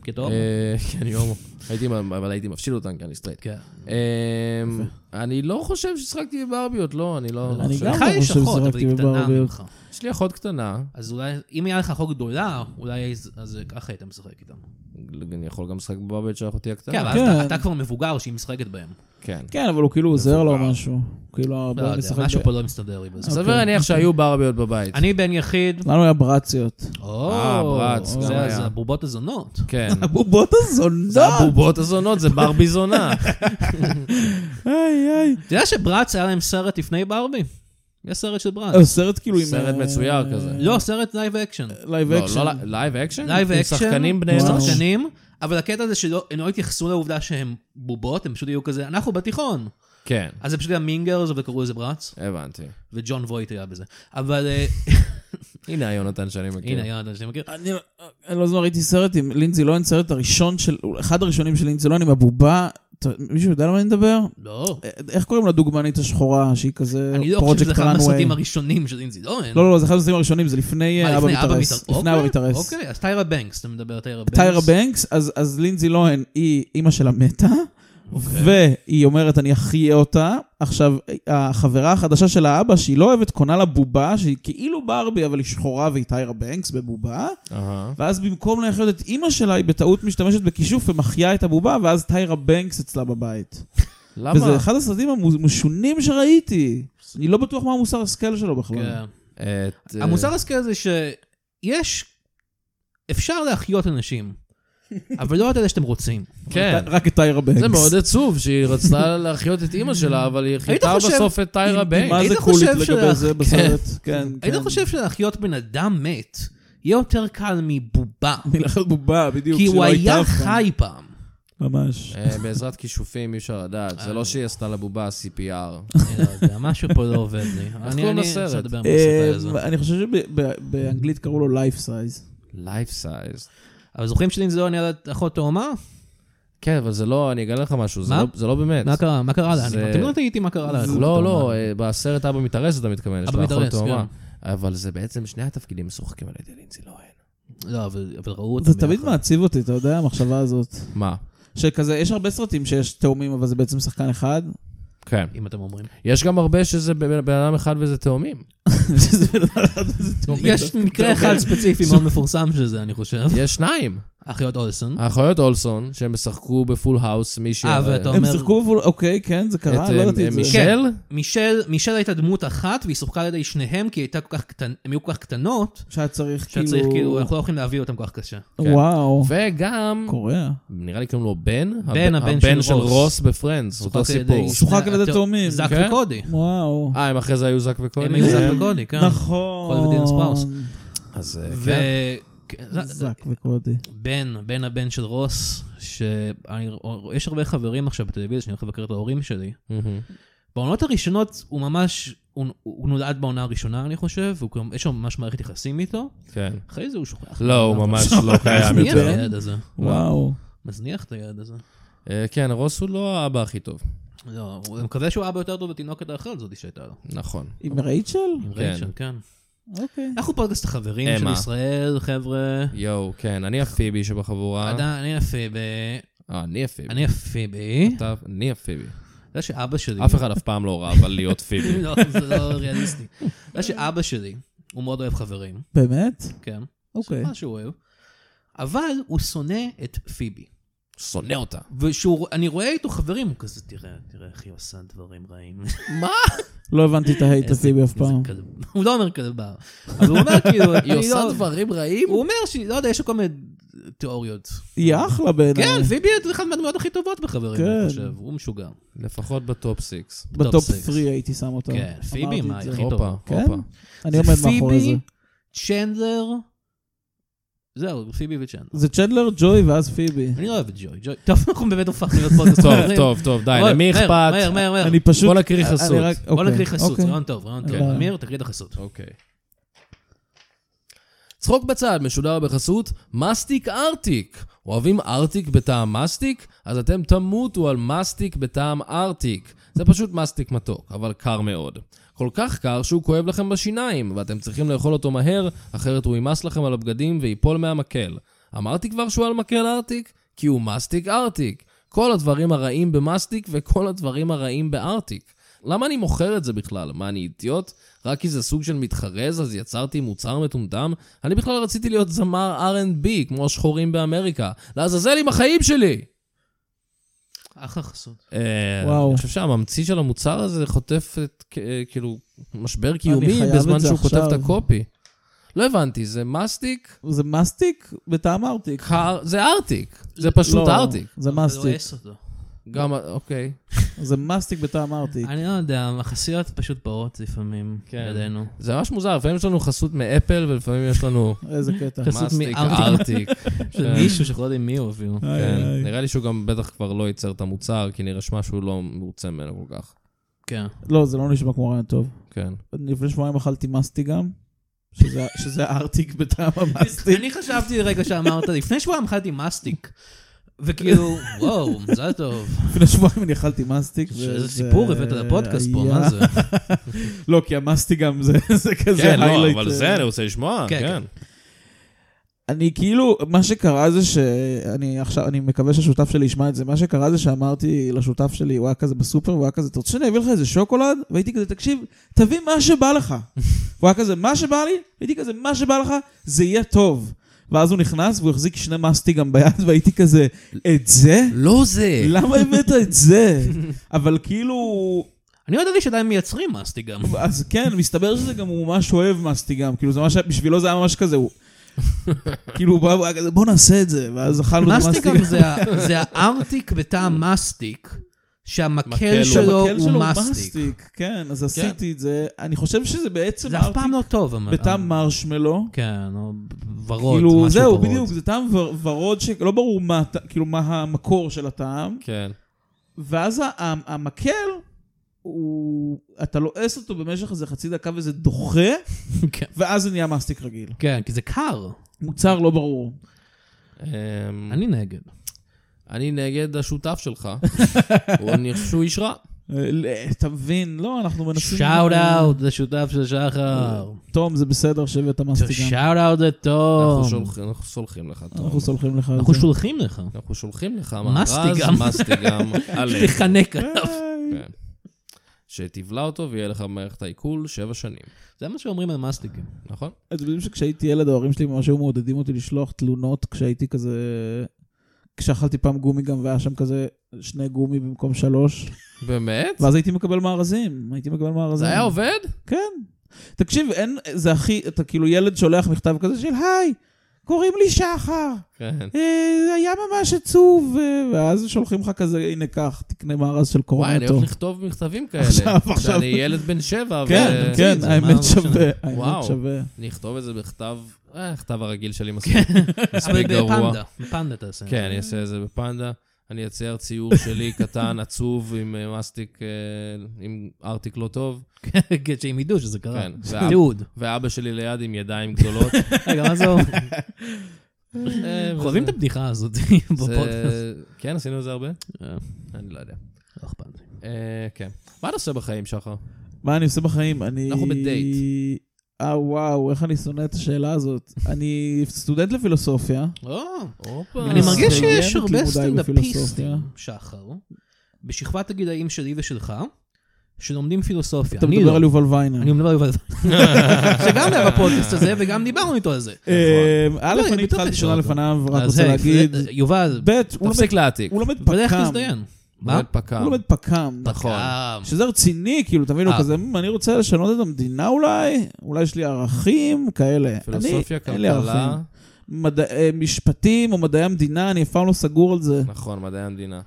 S3: כתוב?
S2: אה, כי אני הומו. הייתי, אבל הייתי מפשיל אותן, כי אני סטרייט.
S3: כן.
S2: אמ, אני לא חושב ששחקתי בברביות, לא, אני לא...
S4: אני
S2: חושב.
S4: גם
S3: לך
S4: לא
S3: יש
S4: חושב
S3: אחות, אבל
S4: שזרקתי
S3: היא קטנה
S4: בברבי.
S3: ממך.
S2: יש לי אחות קטנה,
S3: אז אולי, אם היה לך אחות גדולה, אולי אז- אז אה, ככה היית משחק איתם.
S2: כן. אני יכול גם לשחק בברביות של אחותי
S3: כן, אבל
S2: הקטנה.
S3: אז אתה-
S4: כן.
S3: אתה כבר מבוגר שהיא משחקים בהם.
S2: כן.
S4: כן, אבל הוא כאילו עוזר לו או משהו. כאילו,
S3: לא
S4: בוא
S3: יודע,
S4: נשחק.
S3: משהו
S4: ב- אה,
S3: פה לא מסתדר לי בזה.
S2: סביר להניח שהיו ברביות בבית.
S3: אני בן יחיד.
S4: לנו היה ברציות.
S3: או,
S2: אה, ברץ,
S3: זה-
S2: גם
S3: זה
S2: היה.
S3: הבובות הזונות.
S2: כן.
S4: הבובות
S2: זה
S4: הזונות!
S2: הבובות הזונות, זה ברבי זונה.
S4: איי איי.
S3: אתה יודע שברץ היה להם סרט לפני ברבי? יש סרט של ברץ.
S4: אה, סרט כאילו עם...
S2: סרט
S4: אה,
S2: מצויר כזה.
S3: לא, סרט לייב אקשן.
S4: לייב
S2: לא,
S4: אקשן.
S2: לא, לייב אקשן?
S3: לייב
S2: עם
S3: אקשן.
S2: שחקנים בני
S4: וואו.
S2: אנוש?
S3: שנים, אבל הקטע זה שלא הם לא התייחסו לעובדה שהם בובות, הם פשוט היו כזה, אנחנו בתיכון.
S2: כן,
S3: אז הם פשוט היה מינגרס וקראו לזה ברץ,
S2: הבנתי.
S3: וג'ון וויט היה בזה. אבל אה,
S2: הנה היונתן שאני
S4: כן.
S2: מכיר.
S3: הנה, יונתן, שאני מכיר.
S4: אני אני לא זמן ראיתי סרט עם לינזי לוהן, סרט הראשון של, אחד הראשונים של לינזי לוהן עם הבובה. אתה- מישהו יודע על מה אני מדבר?
S3: לא,
S4: איך קוראים לדוגמנית השחורה, שהיא כזה
S3: אני לא חושב שזה
S4: פרויקט
S3: אחד
S4: רנווי?
S3: מהסרטים הראשונים של אינזי לוהן.
S4: לא, לא, זה אחד הסרטים הראשונים, זה לפני
S3: מה,
S4: אה, אבא
S3: לפני
S4: מתארס.
S3: מתאר-
S4: לפני אבא
S3: אוקיי,
S4: מתארס.
S3: אוקיי, אז טיירה בנקס, אתה מדבר על טיירה בנקס.
S4: טיירה בנקס, אז אז לינזי לוהן היא אימא שלה מתה, והיא אומרת, אני אחיה אותה. עכשיו, החברה החדשה של האבא, שהיא לא אוהבת, קונה לה בובה, שהיא כאילו ברבי, אבל היא שחורה והיא טיירה בנקס בבובה.
S2: אהה.
S4: ואז במקום לחיות את אימא שלה, היא בטעות משתמשת בכישוף ומחיה את הבובה, ואז טיירה בנקס אצלה בבית.
S2: למה?
S4: וזה אחד הסרטים המשונים שראיתי. אני לא בטוח מה המוסר הסכל שלו בכלל.
S3: כן.
S2: את, אה,
S3: המוסר הסכם זה שיש, אפשר להחיות אנשים, אבל לא את אלה שאתם רוצים.
S2: כן.
S4: רק את טיירה בנקס.
S2: זה מאוד עצוב שהיא רצתה להחיות את אימא שלה, אבל היא חיתה
S3: חושב-
S2: בסוף את טיירה
S4: היא- היא
S2: בנק.
S4: מה זה
S3: היית
S4: קולית
S3: חושב
S4: לגבי
S3: שלך-
S4: זה בסרט? כן, כן.
S3: היית לא חושב שלהחיות בן אדם מת, יהיה יותר קל מבובה.
S4: מלאכת בובה, בדיוק.
S3: כי הוא
S4: שלא הייתה
S3: היה
S4: אף פעם.
S3: חי פעם.
S4: ממש.
S2: אה, בעזרת כישופים אי אפשר לדעת, זה לא שהיא עשתה לבובה CPR.
S3: אני לא יודע, משהו פה לא עובד לי. אני
S2: קוראים
S3: אני
S2: לסרט?
S3: אפשר לדבר עם
S4: אה,
S3: הסרט הזה.
S4: אני חושב שבאנגלית קראו לו לייף סייז.
S2: לייף סייז.
S3: אבל זוכרים שלינזי לוהן ילד אחות תאומה?
S2: כן, אבל זה לא, אני אגלה לך משהו, זה
S3: מה?
S2: לא- זה לא באמת.
S3: מה קרה? מה קרה לה?
S2: זה-
S3: אני- אתם לא תהיתי מה קרה לה.
S2: לא, לא, אה, בסרט אבא מתארס כן. אתה מתכוון, יש
S3: אבא
S2: לה אחות
S3: מתארס,
S2: תאומה. אבל זה בעצם שני התפקידים משוחקים על ידי לינזי לוהן.
S3: לא, אבל אבל ראו אותם.
S4: זה תמיד
S3: ביחד.
S4: מעציב אותי, אתה יודע, המחשבה הזאת.
S2: מה?
S4: שכזה, יש הרבה סרטים שיש תאומים, אבל זה בעצם שחקן אחד.
S2: כן.
S3: אם אתם אומרים.
S2: יש גם הרבה שזה בן בן אדם אחד וזה תאומים.
S4: שזה בן אדם, זה תאומים.
S3: יש מקרה אחד ספציפי מאוד מפורסם של זה, אני חושב.
S2: יש שניים.
S3: אחיות אולסון.
S2: האחיות אולסון, שהם ישחקו בפול האוס, מישהי...
S3: אה, ואתה
S4: הם
S3: אומר-
S4: שיחקו בפול... אוקיי, כן, זה
S2: את
S4: קרה, לא
S2: אה,
S4: ידעתי את זה.
S2: מישל?
S3: מישל, מישל הייתה דמות אחת, והיא שוחקה על ידי שניהם, כי היא הייתה כל כך קטנ... הם היו כל כך קטנות,
S4: שהיה צריך
S3: שהיה
S4: כאילו...
S3: צריך כאילו, אנחנו לא יכולים להביא אותם כל כך קשה.
S2: כן.
S4: וואו,
S2: וגם,
S4: קורע.
S2: נראה לי קוראים לו בן?
S3: בן, הבן של
S2: הבן של
S3: רוס.
S2: רוס בפרנדס, אותו
S3: שוחק על ידי
S2: סיפור.
S3: שני
S4: שוחק על ידי
S3: התא-
S4: תאומים.
S3: זק
S2: כן?
S3: וקודי.
S4: וואו.
S2: אה, הם אחרי זה היו זק וקולי?
S3: הם היו זק וקודי, כן.
S4: נכון.
S3: קודי ודין ספאוס.
S2: אז אה,
S3: ו...
S2: כן.
S4: זק וקודי.
S3: בן, בן הבן של רוס, שיש הרבה חברים עכשיו בטלוויזיה שאני הולך לבקר את ההורים שלי.
S2: מהמם.
S3: בעונות הראשונות הוא ממש, הוא, הוא נולד בעונה הראשונה אני חושב, והוא גם- יש לו ממש מערכת יחסים איתו,
S2: כן.
S3: אחרי זה הוא שוכח. נכון.
S2: לא, הוא ממש לא קיים
S3: מזניח
S2: יותר.
S3: את הילד הזה.
S4: וואו.
S3: מזניח את הילד הזה.
S2: אה, כן, רוס הוא לא האבא הכי טוב.
S3: לא, הוא אני מקווה שהוא אבא יותר טוב לתינוקת האחרת זאתי שהייתה לו.
S2: נכון.
S4: עם רייצ'ל?
S3: עם
S2: כן.
S3: רייצ'ל, כן.
S4: אוקיי.
S3: אנחנו פודקאסט החברים של
S2: אמה.
S3: ישראל, חבר'ה.
S2: יואו, כן, אני הפיבי שבחבורה.
S3: אדם, אני הפיבי.
S2: אה, אני הפיבי.
S3: אני הפיבי. אתה
S2: אתה- אני הפיבי.
S3: יודע שאבא שלי...
S2: אף אחד אף פעם לא רב על להיות פיבי.
S3: לא, זה לא ריאליסטי. אתה יודע שאבא שלי, הוא מאוד אוהב חברים,
S4: באמת?
S3: כן?
S4: אוקיי.
S3: זה מה שהוא אוהב. אבל הוא שונא את פיבי.
S2: שונא אותה.
S3: ואני רואה איתו חברים, הוא כזה, תראה, תראה איך היא עושה דברים רעים.
S4: לא הבנתי את ההייט הפיבי אף פעם.
S3: אה, איזה כלב. הוא לא אומר כלבה. אבל הוא אומר כאילו, אני לא-
S2: דברים רעים?
S3: הוא אומר שהיא, לא יודע, יש לו כל מיני תיאוריות.
S4: היא אחלה בעיניי.
S3: כן, פיבי את אחת מהדמויות הכי טובות בחברים,
S4: כן.
S3: אני חושב. הוא משוגע.
S2: לפחות בטופ סיקס.
S4: בטופ
S3: טופ סיקס.
S4: 3 הייתי שם אותה.
S3: כן, פיבי,
S4: אמרתי
S3: מה,
S4: את זה.
S3: הכי
S2: הופה,
S4: כן?
S2: הופה.
S4: אני עומד מאחורי
S3: פיבי,
S4: זה.
S3: צ'נדלר, זהו, פיבי וצ'נדלר.
S4: זה צ'נדלר, ג'וי ואז פיבי.
S3: אני לא אוהב את ג'וי. ג'וי, טוב, אנחנו באמת הופכנו להיות פודקאסט.
S2: טוב,
S3: חברים.
S2: טוב, טוב, די,
S3: בוא,
S2: למי
S3: לא, מהר,
S2: אכפת?
S3: מהר, מהר, מהר.
S4: אני פשוט...
S2: בוא נקריא
S4: אני
S2: חסות.
S4: רק-
S3: בוא
S4: אוקיי,
S3: נקריא חסות,
S4: אוקיי.
S3: רעיון טוב, רעיון טוב.
S4: תודה.
S3: אמיר, תקריא את החסות.
S2: אוקיי. צחוק בצד משודר בחסות מסטיק ארטיק. אוהבים ארטיק בטעם מסטיק? אז אתם תמותו על מסטיק בטעם ארטיק. זה פשוט מסטיק מתוק, אבל קר מאוד. כל כך קר שהוא כואב לכם בשיניים, ואתם צריכים לאכול אותו מהר, אחרת הוא יימס לכם על הבגדים וייפול מהמקל. אמרתי כבר שהוא על מקל ארטיק? כי הוא מסטיק ארטיק. כל הדברים הרעים במסטיק וכל הדברים הרעים בארטיק. למה אני מוכר את זה בכלל? מה, אני אידיוט? רק כי זה סוג של מתחרז, אז יצרתי מוצר מטומטם? אני בכלל רציתי להיות זמר R&B, כמו השחורים באמריקה. לעזאזל עם החיים שלי!
S3: אחלה חסות.
S2: אה,
S4: וואו.
S2: אני חושב שהממציא של המוצר הזה חוטף את, כ- אה, כאילו, משבר קיומי
S4: חייב
S2: בזמן
S4: את זה
S2: שהוא כותב
S4: עכשיו.
S2: את הקופי. לא הבנתי, זה מסטיק?
S4: זה מסטיק? בטעם ארטיק.
S2: קר? זה ארטיק. זה פשוט
S4: לא,
S2: ארטיק.
S4: זה
S3: זה
S4: מסטיק.
S3: לועס אותו.
S2: גם, אוקיי.
S4: זה מסטיק בטעם ארטיק.
S3: אני לא יודע, החסויות פשוט באות לפעמים,
S2: כן.
S3: ידינו.
S2: זה ממש מוזר, לפעמים יש לנו חסות מאפל, ולפעמים יש לנו
S4: איזה קטע.
S3: חסות
S2: מסטיק ארטיק.
S3: מארטיק. של
S2: כן.
S3: מישהו שאנחנו לא יודעים מי הוא אפילו.
S4: איי,
S2: כן,
S4: איי.
S2: נראה לי שהוא גם בטח כבר לא ייצר את המוצר, כי נראה שהוא לא מרוצה ממנו כל כך.
S3: כן.
S4: לא, זה לא נשמע כמו רעיון טוב.
S2: כן.
S4: אני לפני שבועיים אכלתי מסטיק גם, שזה- שזה ארטיק בטעם המסטיק.
S3: אני חשבתי רגע שאמרת, לפני שבועיים אכלתי מסטיק. וכאילו, וואו, מזל טוב.
S4: לפני שבועיים אני אכלתי מסטיק.
S3: איזה
S4: וזה
S3: סיפור הבאת לפודקאסט פה,
S4: היה-
S3: מה זה?
S4: לא, כי המסטיק גם זה זה כזה
S2: כן, לא,
S4: highlight,
S2: אבל
S4: אה,
S2: זה אני רוצה לשמוע,
S3: כן,
S2: כן.
S4: אני כאילו, מה שקרה זה שאני עכשיו, אני מקווה שהשותף שלי ישמע את זה, מה שקרה זה שאמרתי לשותף שלי, הוא היה כזה בסופר, הוא היה כזה, אתה רוצה שאני אביא לך איזה שוקולד? והייתי כזה, תקשיב, תביא מה שבא לך. הוא היה כזה, מה שבא לי? הייתי כזה, מה שבא לך, זה יהיה טוב. ואז הוא נכנס והוא החזיק שני מסטי גם ביד, והייתי כזה, את זה?
S2: לא
S3: אה.
S2: זה.
S4: למה הבאת את זה? אבל כאילו,
S3: אני לא ידעתי שעדיין מייצרים מסטיק גם.
S4: אז כן, מסתבר שזה גם הוא ממש אוהב מסטי גם, כאילו זה ממש, היה- בשבילו זה היה ממש כזה, הוא... כאילו הוא בא, הוא היה כזה, בוא נעשה את זה, ואז אכלנו את
S3: מסטיק
S4: המסטי
S3: גם זה ה- זה הארטיק בטעם מסטיק,
S2: מקל
S3: שהמקל
S2: הוא-
S3: שלו
S4: המקל שלו
S3: הוא מסטיק.
S4: כן, אז עשיתי את זה. אני חושב שזה בעצם
S3: זה אף פעם
S4: ארטיק
S3: לא טוב. המ-
S4: בטעם מרשמלו.
S3: כן, או ורוד, משהו
S4: כאילו,
S3: ורוד.
S4: זהו, בדיוק, זה טעם ור- ורוד שלא ברור מה הט- כאילו, מה המקור של הטעם.
S2: כן.
S4: ואז ה- ה- המקל, הוא... אתה לועס אותו במשך איזה חצי דקה וזה דוחה,
S3: כן.
S4: ואז זה נהיה מסטיק רגיל.
S3: כן, כי זה קר.
S4: מוצר לא ברור.
S2: אמ,
S3: אני נגד.
S2: אני נגד השותף שלך. הוא- אני חושב שהוא איש רע.
S4: אה, לא, אתה מבין? לא, אנחנו מנסים...
S3: שאוט אאוט לשותף של שחר.
S4: תום, זה בסדר שהבאת מסטיק גם.
S3: שאוט אאוט
S2: אנחנו
S3: לטום.
S2: שולחים- אנחנו סולחים לך, טוב.
S4: אנחנו סולחים לך
S3: אנחנו
S4: את זה.
S3: שולחים לך.
S2: אנחנו שולחים לך
S3: מסטיגם.
S2: מארז מסטיגם עליך.
S3: תחנק
S4: אה.
S3: עליו.
S2: כן. שתבלע אותו ויהיה לך במערכת העיכול שבע שנים,
S3: זה מה שאומרים על מסטיקים.
S2: נכון?
S4: אתם יודעים שכשהייתי ילד, ההורים שלי ממש היו מעודדים אותי לשלוח תלונות כשהייתי כזה... כשאכלתי פעם גומי גם והיה שם כזה שני גומי במקום שלוש,
S2: באמת?
S4: ואז הייתי מקבל מארזים, הייתי מקבל מארזים.
S2: זה היה עובד?
S4: כן. תקשיב, אין, זה הכי, אתה כאילו ילד שולח מכתב כזה של היי, קוראים לי שחר,
S2: כן.
S4: אה, זה היה ממש עצוב, אה, ואז שולחים לך כזה, הנה קח, תקנה מארז של
S2: וואי, אני אוהב
S4: קורנטו.
S2: לכתוב מכתבים כאלה.
S4: עכשיו, עכשיו.
S2: שאני ילד בן שבע,
S4: כן,
S2: ו-
S4: כן,
S3: זה, מה
S4: האמת
S3: לא משנה.
S4: שווה, האמת
S2: וואו.
S4: שווה.
S2: נכתוב את זה בכתב, אה, הכתב הרגיל שלי
S4: כן.
S2: מספיק מספיק
S3: אבל
S2: גרוע.
S3: בפנדה, בפנדה תעשה. את
S2: כן,
S3: זה.
S2: אני אעשה את זה בפנדה. אני אצייר ציור שלי קטן, עצוב, עם אה, מסטיק, אה, עם ארטיק לא טוב,
S3: כן, שהם ידעו שזה קרה.
S2: כן, ואב-
S3: תיעוד.
S2: ואבא שלי ליד עם ידיים גדולות.
S3: רגע, מה זה אומר?
S2: אה, וזה-
S3: אנחנו אוהבים את הבדיחה הזאת
S2: זה-
S3: בפודקאסט.
S2: כן, עשינו את זה הרבה?
S3: אה,
S2: אני לא יודע.
S3: לא אכפת לי.
S2: אה, כן. מה אתה עושה בחיים, שחר?
S4: מה אני עושה בחיים? אני...
S2: אנחנו בדייט.
S4: אה, וואו, איך אני שונא את השאלה הזאת. אני סטודנט לפילוסופיה.
S3: או.
S2: הופה.
S3: לא, אני מרגיש
S4: מסיים את
S3: שיש הרבה
S4: לימודיי
S3: סטנדאפיסטים,
S4: בפילוסופיה.
S3: שחר, בשכבת הגילאים שלי ושלך, שלומדים פילוסופיה.
S4: אתה
S3: אני
S4: מדבר
S3: לא.
S4: על יובל ויינר.
S3: אני מדבר על יובל. שגם היה בפודקאסט הזה, וגם דיברנו איתו על זה.
S4: אה, א',
S3: לא, מתוך
S4: אני התחלתי
S3: לשאול
S4: שנה
S3: אותו.
S4: לפניו, רק
S3: אז
S4: רוצה
S3: היי,
S4: להגיד.
S3: פרד, יובל,
S4: ב', הוא לומד-
S2: תפסיק להעתיק.
S4: הוא לומד
S3: ולך
S4: פק"ם.
S3: תזדיין. מה?
S2: לומד פק"ם.
S4: הוא לא לומד פק"ם.
S2: נכון.
S3: פק"ם.
S4: שזה רציני, כאילו, תבינו,
S3: אה.
S4: כזה, "מ, אני רוצה לשנות את המדינה אולי, אולי יש לי ערכים כאלה.
S2: פילוסופיה,
S4: אני- אין לי
S2: כלכלה.
S4: ערכים. מדע- אה, משפטים או מדעי המדינה, אני אף פעם לא סגור על זה.
S2: נכון, מדעי המדינה.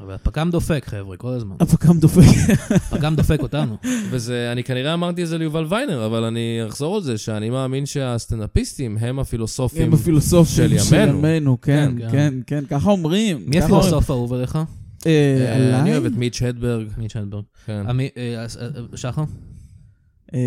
S3: אבל הפק"ם דופק, חבר'ה, כל הזמן.
S4: הפק"ם דופק.
S3: הפק"ם דופק אותנו.
S2: וזה, אני כנראה אמרתי את זה ליובל ויינר, אבל אני אחזור על זה, שאני מאמין שהסטנדאפיסטים הם הפילוסופים.
S4: הם הפילוסופים
S2: של
S4: של
S2: ימינו.
S4: ימינו, כן,
S3: כן,
S4: כן, כן, ככה אומרים.
S3: מי
S4: ככה אומרים.
S3: הפילוסוף האהוב עליך?
S4: אה,
S2: אה, אני
S4: עליי?
S2: אוהב את מיץ' הדברג.
S3: מי צ'נדברג?
S2: כן.
S3: אה, מי- אה, אז, אה, שחר?
S4: אה,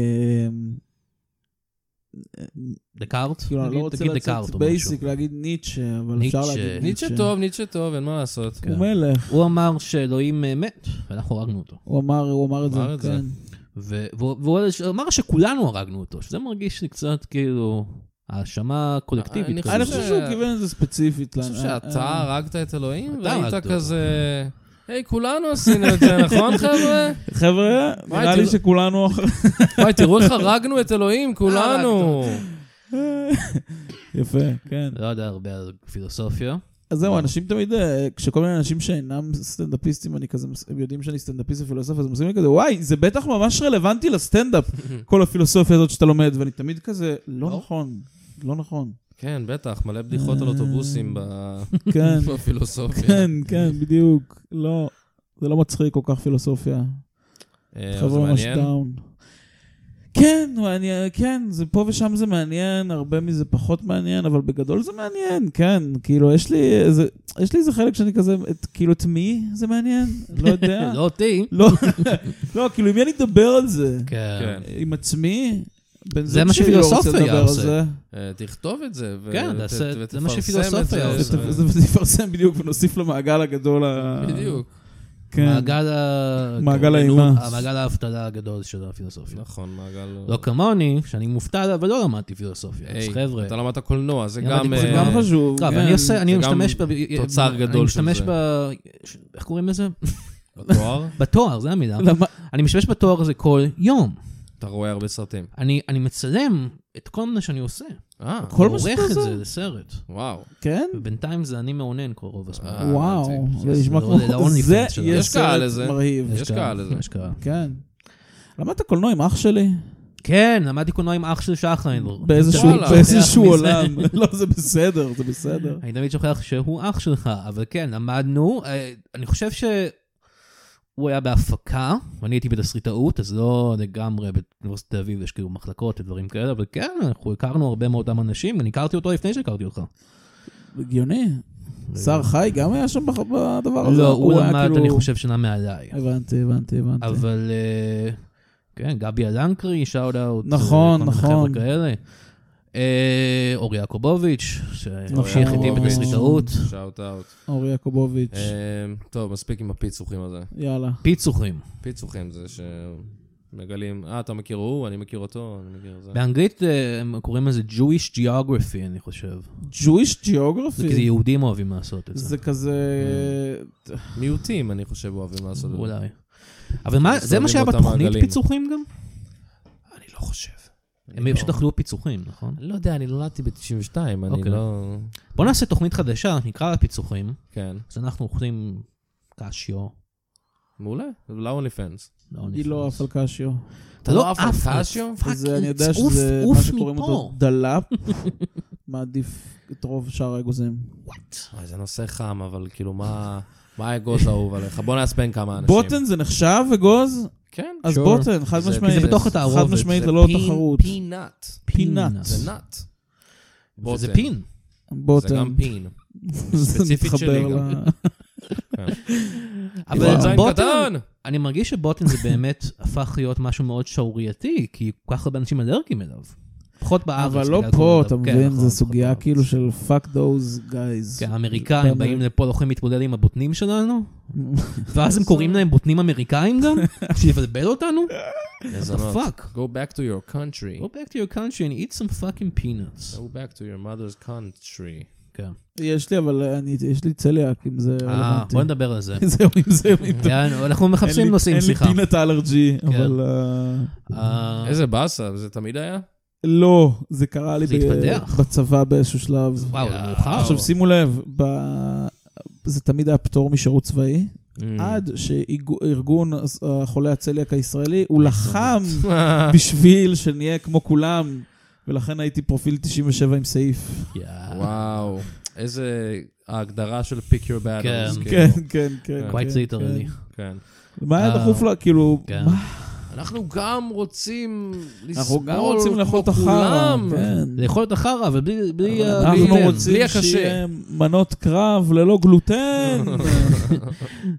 S3: דקארט?
S4: כאילו, אני לא
S3: תגיד-
S4: רוצה
S3: תגיד
S4: לצאת
S3: דקארט או משהו.
S4: בייסיק, להגיד ניטשה, אבל אפשר
S3: ניטשה.
S4: להגיד
S2: ניטשה טוב, כן. ניטשה טוב, אין מה לעשות.
S4: הוא מלך,
S3: הוא אמר שאלוהים אה, מת, ואנחנו הרגנו אותו.
S4: הוא אמר, הוא אמר את זה,
S2: אמר את זה.
S4: כן.
S3: ו- והוא והוא אמר שכולנו הרגנו אותו, שזה מרגיש לי קצת כאילו האשמה
S2: אני
S3: קולקטיבית. כזאת.
S4: אני
S2: חושב
S4: חושב
S2: ש-
S4: שהוא כיוון את זה ספציפית. אה,
S2: אני חושב שאתה הרגת את אלוהים,
S3: אתה הרגת
S2: והיית
S3: אותו.
S2: כזה... היי, כולנו עשינו את זה, נכון, חבר'ה?
S4: אה, חבר'ה,
S2: וואי,
S4: נראה לי
S2: תראו-
S4: שכולנו אחרי...
S2: וואי, תראו איך הרגנו את
S3: אה,
S2: אלוהים, כולנו.
S4: יפה, כן.
S3: לא יודע הרבה על פילוסופיה.
S4: אז זהו, אנשים תמיד, אה, כשכל מיני אנשים שאינם סטנדאפיסטים, אני כזה, מס- הם יודעים שאני סטנדאפיסט ופילוסוף, אז הם עושים לי כזה, וואי, זה בטח ממש רלוונטי לסטנדאפ, כל הפילוסופיה הזאת שאתה לומד, ואני תמיד כזה, לא
S2: לא.
S4: נכון, לא נכון.
S2: כן, בטח, מלא בדיחות על אוטובוסים ב-
S4: אה, כן,
S2: אוקיי. בפילוסופיה.
S4: כן, כן, בדיוק. לא, זה לא מצחיק כל כך פילוסופיה.
S2: אה, אבל זה
S4: חבר'ה ממש
S2: מעניין.
S4: דאון. כן, מעניין, כן, זה פה ושם זה מעניין, הרבה מזה פחות מעניין, אבל בגדול זה מעניין, כן. כאילו, יש לי איזה, יש לי איזה חלק שאני כזה, את, כאילו, את מי זה מעניין? לא יודע.
S3: לא אותי.
S4: לא, לא, כאילו, עם מי אני אדבר על זה?
S3: כן.
S2: כן.
S4: עם עצמי? בן
S3: זה
S4: זוג
S3: מה
S4: שלי לא רוצה
S3: שפילוסופיה
S4: לדבר על
S3: עושה.
S4: זה.
S2: אה, תכתוב את זה, ו-
S3: כן,
S2: ות-
S3: תעשה- זה
S2: ותפרסם
S3: מה
S2: את
S3: שפילוסופיה
S2: זה,
S3: עושה.
S2: ו-
S4: וזה וזה יפרסם בדיוק, ונוסיף למעגל הגדול ה...
S2: בדיוק,
S4: כן.
S3: מעגל ה...
S4: מעגל
S3: כן,
S4: האימה.
S3: נו, מעגל האבטלה הגדול של הפילוסופיה.
S2: נכון, מעגל... אה,
S3: לא כמוני, שאני מופתע אבל לא למדתי פילוסופיה. אז
S2: היי,
S3: חבר'ה.
S2: אתה למדת קולנוע, זה
S3: למדתי
S2: גם...
S3: קולנוע.
S4: זה
S2: אה,
S4: גם חשוב.
S3: לא, אבל
S4: כן.
S3: אני עושה, אני
S2: זה גם
S3: משתמש ב...
S2: תוצר גדול של
S3: אני משתמש
S2: זה.
S3: ב... ש- איך קוראים לזה?
S2: בתואר,
S3: בתואר, זה המילה.
S4: למה-
S3: אני משתמש בתואר הזה כל יום.
S2: אתה רואה הרבה סרטים.
S3: אני אני מצלם את כל מה שאני עושה.
S2: אה,
S4: כל מה שאתה
S3: עורך את
S4: עושה?
S3: זה לסרט.
S2: וואו.
S4: כן?
S3: ובינתיים זה אני מאונן כל רוב הזמן.
S2: אה,
S4: וואו,
S2: הבנתי.
S4: זה נשמע
S3: זה
S4: כמו...
S3: עולה ל-OnlyFans
S4: זה
S3: שלנו.
S4: יהיה
S2: יש קהל
S4: סרט
S2: לזה.
S4: מרהיב.
S2: יש קהל לזה.
S3: יש קהל.
S4: כן. למדת קולנוע עם אח שלי?
S3: כן, למדתי קולנוע עם אח של שחריינבור.
S4: באיזשהו-
S2: וואלה. אוקיי.
S4: באיזשהו
S3: מזה.
S4: עולם. לא, זה בסדר, זה בסדר.
S3: אני תמיד שוכח שהוא אח שלך, אבל כן, למדנו. אה, אני חושב שהוא היה בהפקה, ואני הייתי בתסריטאות, אז לא לגמרי באוניברסיטת תל אביב יש כאילו מחלקות ודברים כאלה, אבל כן, אנחנו הכרנו הרבה מאותם אנשים, אני הכרתי אותו לפני שהכרתי אותך.
S4: הגיוני. שר חי גם היה שם בח- בדבר הזה?
S3: לא, הוא
S4: היה
S3: למד,
S4: כאילו-
S3: אני חושב, שנה מעליי.
S4: הבנתי, הבנתי, הבנתי.
S3: אבל אה, כן, גבי אלנקרי, שאוט אאוט.
S4: נכון, נכון.
S3: חבר'ה כאלה. אה, אור יעקובוביץ',
S4: נכון.
S2: אה,
S3: שהמשיך איתי בתסריטאות.
S2: שאוט אאוט.
S4: אור יעקובוביץ'.
S2: אה, אמ, טוב, מספיק עם הפיצוחים הזה.
S4: יאללה.
S3: פיצוחים.
S2: פיצוחים זה שמגלים, אה, אתה מכיר הוא, אני מכיר אותו, אני מכיר זה.
S3: באנגלית אה, הם קוראים לזה Jewish Geography, אני חושב.
S4: Jewish
S3: זה כאילו- אה, כי
S4: Geography?
S3: יהודים אוהבים לעשות את זה.
S4: זה כזה...
S2: מיעוטים, אני חושב, אוהבים לעשות את זה.
S3: אולי. אבל מה, זה מה שהיה
S2: אותם
S3: בתוכנית
S2: מעגלים.
S3: פיצוחים גם?
S2: אני לא חושב.
S3: הם פשוט אכלו פיצוחים, נכון?
S2: לא יודע, אני נולדתי ב-92, אני
S3: אוקיי.
S2: לא...
S3: בוא נעשה תוכנית חדשה, נקרא לה פיצוחים,
S2: כן.
S3: אז אנחנו אוכלים קשיו.
S2: מעולה, ל-only fans.
S3: לא,
S4: היא לא
S3: נפלס.
S4: עף על קשיו.
S3: אתה לא
S2: על
S3: עף על
S2: קשיו?
S4: זה, אני יודע
S3: פאקינג, עוף,
S4: שזה מה
S3: עוף
S4: שקוראים אותו
S3: מפה.
S4: דלאפ. מעדיף את רוב שאר האגוזים.
S2: וואי, זה נושא חם, אבל כאילו, מה... מה האגוז האהוב עליך? בוא נעצבן כמה אנשים.
S4: בוטן זה נחשב אגוז?
S2: כן.
S4: אז
S3: Sure.
S4: בוטן, חד
S2: זה-
S4: משמעית.
S2: כי זה
S3: בתוך התערובת,
S4: חד משמעית
S2: זה
S4: ללא
S2: פין-
S4: תחרות.
S2: פינאט.
S4: פינאט.
S2: זה נאט.
S3: זה
S2: בוטן.
S3: פין.
S4: בוטן.
S2: זה גם פין.
S4: זה
S2: ספציפית
S4: מתחבר
S2: שלי
S4: ל-
S2: גם.
S3: אבל
S4: וואו.
S2: זין
S3: בוטן,
S2: קטן.
S3: אני מרגיש שבוטן זה באמת הפך להיות משהו מאוד שערורייתי, כי כל כך הרבה אנשים אלרגיים אליו. פחות בארץ.
S4: אבל לא
S3: בגלל
S4: פה,
S3: הקורונה.
S4: אתה
S3: כן,
S4: מבין?
S3: נכון,
S4: זו סוגיה
S3: פחות
S4: כאילו
S3: בארץ.
S4: של fuck those guys.
S3: כן, האמריקאים באים לפה, לא יכולים להתמודד עם הבוטנים שלנו, ואז הם קוראים להם בוטנים אמריקאים גם, בשביל לבלבל אותנו?
S2: גזענות.
S3: fuck?
S2: Go back to your country.
S3: Go back to your country and eat some fucking peanuts.
S2: Go back to your mother's country.
S3: כן.
S4: יש לי, אבל אה, אני- יש לי צליאק, אם זה
S3: אה,
S4: רלוונטי.
S3: בוא נדבר על זה.
S4: זהו, אם זה... אם זה-
S3: יענו, אנחנו
S4: אין לי-
S3: מחפשים נושאים, סליחה.
S4: אין לי פינת אלרג'י,
S3: כן.
S4: אבל... אה,
S3: אה,
S2: איזה באסה, זה תמיד היה?
S4: לא, זה קרה לי
S3: זה
S4: ב-
S3: התפתח.
S4: בצבא באיזשהו שלב.
S3: וואו, זה
S2: יאו.
S3: מאוחר.
S4: עכשיו שימו לב, ב- זה תמיד היה פטור משירות צבאי, עד שארגון חולי הצליאק הישראלי, הוא לחם בשביל שנהיה כמו כולם, ולכן הייתי פרופיל 97 עם סעיף.
S3: יאו.
S2: וואו, איזה ההגדרה של pick your battles.
S3: כן.
S2: כאילו.
S4: כן, כן, כן.
S2: Quite
S4: כן,
S3: quite literally.
S4: כן.
S2: כן.
S4: מה היה
S3: אה,
S4: דחוף לו? כאילו,
S3: כן.
S4: מה?
S2: אנחנו גם רוצים לסבול
S4: אנחנו גם רוצים לאכול את החרא.
S2: כולם.
S4: כן.
S3: זה יכול להיות החרא, אבל בלי... בלי ה-
S4: אנחנו לא
S3: בלי-
S4: רוצים
S2: בלי הקשה.
S4: שיהיה מנות קרב ללא גלוטן.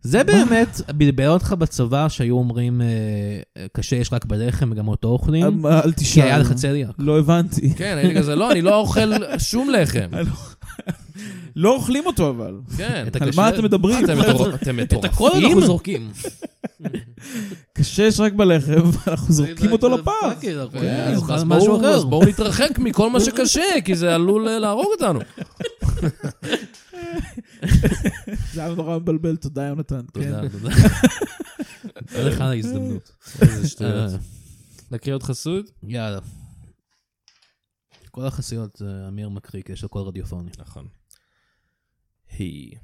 S3: זה באמת בלבל אותך בצבא שהיו אומרים אה, אה, קשה יש רק בלחם וגם אותו אוכלים,
S4: אל
S3: כי
S4: תשאל.
S3: היה לך צליאק.
S4: לא הבנתי.
S2: כן, הייתי כזה, לא, אני לא אוכל שום לחם.
S4: לא אוכלים אותו אבל.
S2: כן.
S3: את
S4: על
S3: הקשה-
S4: מה אתם מדברים?
S2: אתם מטור- אתם
S3: את הכל
S2: מטורפים?
S3: אנחנו זורקים.
S4: קשה יש רק בלחם, אנחנו זורקים אותו לפח.
S3: פאקר, אבל
S2: כן,
S3: אני
S2: אז
S3: אוכל
S2: אז
S3: משהו
S2: בואו-
S3: אחר.
S2: אז בואו נתרחק מכל מה שקשה, כי זה עלול אה, להרוג אותנו.
S4: זה היה נורא מבלבל, תודה יונתן.
S3: תודה, תודה.
S4: אה,
S3: תודה
S2: אה,
S3: לך על ההזדמנות.
S2: איזה שטויות. נקריא עוד חסות?
S3: אה, יאללה. כל החסויות אה, אמיר מקריא, כי יש לו קול רדיופוני.
S2: נכון. היא.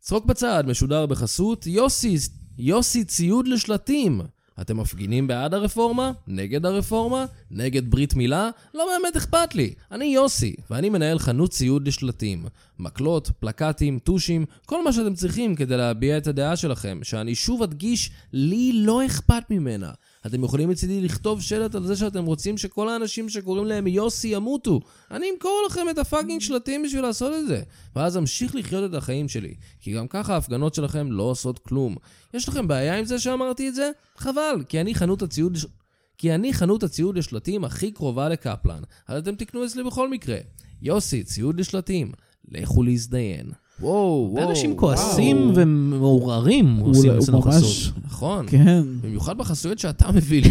S2: צחוק בצד משודר בחסות יוסי, יוסי ציוד לשלטים. אתם מפגינים בעד הרפורמה? נגד הרפורמה? נגד ברית מילה? לא באמת אכפת לי. אני יוסי, ואני מנהל חנות ציוד לשלטים. מקלות, פלקטים, טושים, כל מה שאתם צריכים כדי להביע את הדעה שלכם, שאני שוב אדגיש, לי לא אכפת ממנה. אתם יכולים מצידי לכתוב שלט על זה שאתם רוצים שכל האנשים שקוראים להם יוסי ימותו. אני אמכור לכם את הפאקינג שלטים בשביל לעשות את זה. ואז אמשיך לחיות את החיים שלי. כי גם ככה ההפגנות שלכם לא עושות כלום. יש לכם בעיה עם זה שאמרתי את זה? חבל, כי אני חנות הציוד... לש- כי אני חנות הציוד לשלטים הכי קרובה לקפלן. אז אתם תקנו אצלי בכל מקרה. יוסי, ציוד לשלטים. לכו להזדיין. וואו, וואו.
S3: אנשים
S2: וואו.
S3: כועסים ומעורערים עושים
S4: הוא
S3: אצלנו
S4: ממש-
S3: חסות.
S2: נכון.
S4: כן.
S2: במיוחד בחסויות שאתה מביא לי.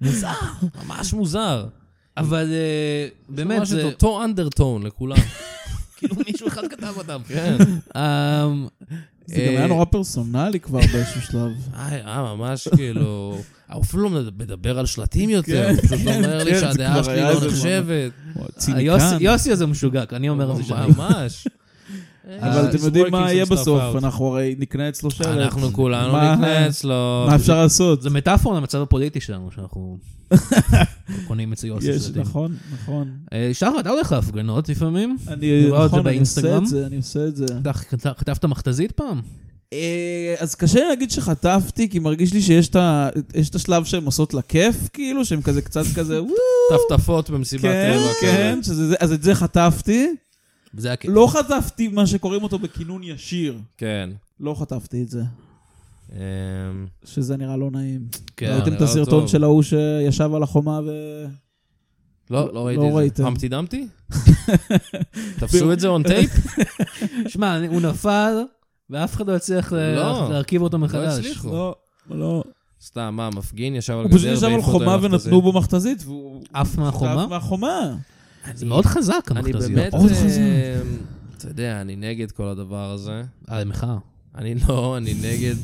S2: מוזר. ממש מוזר.
S3: אבל אה, באמת
S2: ממש
S3: זה...
S2: את אותו אנדרטון לכולם. כאילו מישהו אחד כתב אותם. כן.
S3: אמ,
S4: זה גם היה נורא פרסונלי כבר באיזשהו שלב.
S2: אה, אה, ממש כאילו... הוא אפילו לא מדבר על שלטים יותר, הוא פשוט אומר לי
S4: כן, זה כבר
S2: שהדעה שלי
S4: היה
S2: לא
S4: איזה
S2: נחשבת.
S4: וואו, ציניקן.
S3: אה, יוסי- יוסי הזה משוגע, אני אומר את זה שאני...
S2: ממש. אה,
S4: אבל
S2: He's
S3: אה,
S4: אתם יודעים
S2: working
S4: מה יהיה
S2: some stuff
S4: בסוף,
S2: out.
S4: אנחנו הרי נקנה אצלו שלט.
S2: אנחנו כולנו לא-
S4: מה-
S2: נקנה אצלו.
S4: מה אפשר לעשות?
S3: זה מטאפורה למצב הפוליטי שלנו, שאנחנו קונים אצל יוסי
S4: יש,
S3: שלטים.
S4: נכון, נכון.
S3: אה, שחר, אתה הולך להפגנות לפעמים?
S4: אני
S3: רואה את זה
S4: נכון, אני עושה
S3: באינסטגרם?
S4: את זה, אני עושה את זה.
S3: אתה חט- חטפת מכתזית פעם?
S4: אה, אז קשה לי להגיד שחטפתי, כי מרגיש לי שיש את ה- יש את השלב שהן עושות לה כיף, כאילו, שהן כזה קצת כזה, וואו,
S2: טפטפות במסיבת
S4: כן,
S2: טבע.
S4: כן, שזה זה- אז את זה חטפתי.
S3: זה היה כיף.
S4: לא חטפתי מה שקוראים אותו בכינון ישיר.
S2: כן.
S4: לא חטפתי את זה,
S2: אמ,
S4: שזה נראה לא נעים.
S3: כן,
S4: ראיתם את
S2: נראה לא
S4: הסרטון
S2: טוב.
S4: של ההוא שישב על החומה ו...
S2: לא, לא ראיתי
S4: לא
S2: את זה.
S4: ראיתם.
S2: המפטי דמפטי? תפסו את זה און טייפ?
S4: לא
S3: שמע, אני- הוא נפל, ואף אחד לא הצליח ל-
S2: לא.
S3: להרכיב אותו
S2: לא
S3: מחדש.
S2: הצליחו.
S4: לא, לא.
S2: סתם, מה, מפגין ישב על
S4: הוא
S2: גדר
S4: פשוט ישב על
S2: והעיפו אותו
S4: חומה
S2: עם
S4: ונתנו בו מכתזית, והוא...
S3: עף מהחומה?
S4: עף מהחומה.
S3: זה מאוד חזק,
S2: אני
S3: המכתזיות.
S2: באמת,
S4: מאוד
S2: אה,
S4: חזק.
S2: אתה יודע, אני נגד כל הדבר הזה.
S3: אה, זה מחאה.
S2: אני לא, אני נגד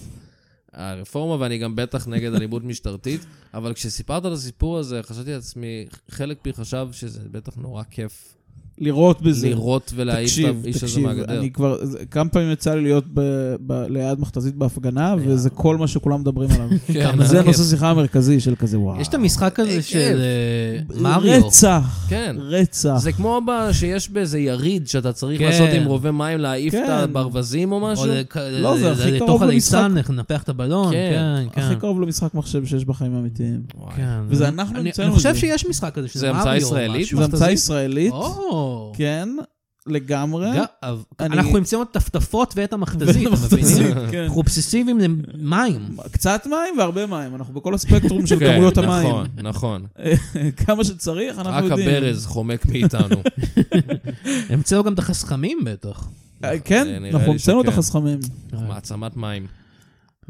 S2: הרפורמה, ואני גם בטח נגד אלימות משטרתית, אבל כשסיפרת את הסיפור הזה, חשבתי לעצמי, חלק בי חשב שזה בטח נורא כיף
S4: לירות בזה.
S2: לראות ולהעיף את
S4: תקשיב,
S2: האיש הזה
S4: תקשיב,
S2: מהגדר.
S4: אני כבר, זה- כמה פעמים יצא לי להיות ב- ב- ליד מכתזית בהפגנה, וזה כל מה שכולם מדברים עליו.
S2: אה. כן,
S4: זה
S2: הכיף.
S4: הנושא שיחה המרכזי של כזה, וואו.
S3: יש את המשחק הזה
S2: כיף.
S3: של אה, מריו.
S4: רצח,
S2: כן.
S4: רצח.
S2: זה כמו ב- שיש באיזה יריד שאתה צריך
S3: כן.
S2: לעשות עם רובה מים, להעיף את
S4: כן.
S2: הברווזים או
S3: או
S2: משהו.
S3: ל-
S4: לא, זה הכי
S3: לתוך
S4: קרוב
S3: הליצן,
S4: למשחק.
S3: איך נפח את הבלון,
S2: כן,
S3: כן,
S4: הכי
S3: כן.
S4: קרוב למשחק מחשב שיש בחיים האמיתיים.
S2: וואי.
S3: כן.
S4: וזה אנחנו
S3: אני-
S4: המצאנו
S3: אני חושב
S4: את זה.
S3: שיש משחק כזה,
S2: זה
S3: שזה
S2: המצאה
S3: מריו. או
S2: ישראלית?
S3: משהו.
S4: זו המצאה
S2: מכתזית?
S4: ישראלית,
S3: או.
S4: כן, לגמרי.
S3: ג- אב-
S4: אני-
S3: אנחנו המצאנו את הטפטפות ואת המכתזית, אתה
S4: מכתזית,
S3: מבין?
S4: כן.
S3: אנחנו אובססיביים למים.
S4: קצת מים והרבה מים, אנחנו בכל הספקטרום של
S2: כן,
S4: כמויות המים.
S2: נכון, נכון.
S4: כמה שצריך, אנחנו
S2: רק
S4: יודעים.
S2: הברז חומק מאיתנו.
S3: המצאו גם את החסכמים בטח.
S4: אה, כן,
S2: נראה
S4: אנחנו
S2: לי
S4: המצאנו את
S2: שכן.
S4: החסכמים.
S2: אה, מעצמת מים.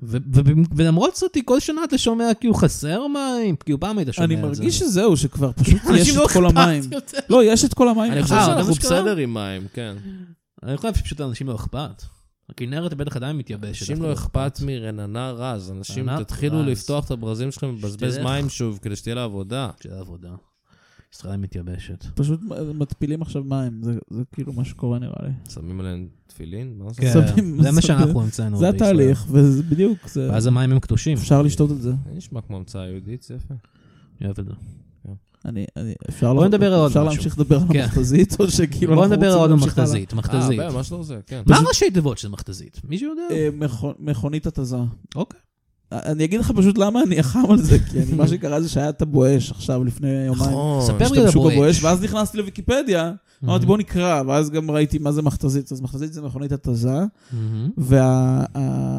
S3: ו- ו- ולמרות זאת, כל שנה אתה שומע כאילו חסר מים, כאילו פעם היית שומע את
S4: אני
S3: זה.
S4: מרגיש שזהו, שכבר פשוט יש
S3: אנשים לא
S4: את כל
S3: אכפת
S4: המים.
S3: יותר.
S4: לא, יש את כל המים.
S2: אני חושב
S3: אה, זה
S2: שאנחנו
S3: מה שקרה?
S2: בסדר עם מים, כן.
S3: אני חושב שפשוט לאנשים לא אכפת. הכנרת בטח עדיין מתייבשת.
S2: אנשים לא אכפת מרננה רז, אנשים
S3: רעננה
S2: תתחילו
S3: רז.
S2: לפתוח את הברזים שלכם ולבזבז
S3: שתלך.
S2: מים שוב כדי שתהיה לה עבודה.
S3: של העבודה. ישראל מתייבשת.
S4: פשוט מתפילים עכשיו מים, זה זה כאילו מה שקורה נראה לי.
S2: שמים עליהם תפילין? מה זה?
S3: כן,
S4: מספרים,
S3: זה מה
S4: מספרים.
S3: שאנחנו המצאנו
S4: זה
S3: בישראל.
S4: התהליך, וזה בדיוק, זה-
S3: ואז המים הם קדושים.
S4: אפשר לשתות את זה.
S2: זה נשמע כמו המצאה יהודית, זה יפה.
S3: אני אוהב את זה.
S4: אני, אני, אפשר
S3: בוא
S4: לה-
S3: נדבר על עוד
S4: אפשר
S3: משהו.
S4: להמשיך לדבר על
S3: כן.
S4: המכתזית, או שכאילו...
S3: בוא
S4: אנחנו
S3: נדבר
S4: רוצים
S3: עוד על
S4: להמשיך הלאה?
S3: מכתזית. מכתזית.
S2: אה, ממש לא זה, כן.
S3: מה ראשי תיבות של מכתזית? מישהו יודע?
S4: אה, מכו- מכונית התזה.
S3: אוקיי.
S4: אני אגיד לך פשוט למה אני אחם על זה, כי אני- מה שקרה זה שהיה את הבואש עכשיו לפני יומיים.
S2: נכון.
S3: ספר לי על
S4: השתמשו
S3: הבואש. Mm-hmm.
S4: בבואש, ואז נכנסתי לוויקיפדיה,
S3: אה,
S4: אמרתי בוא נקרא, ואז גם ראיתי מה זה מכתזית. אז מכתזית זה מכונית התזה,
S3: מהמם.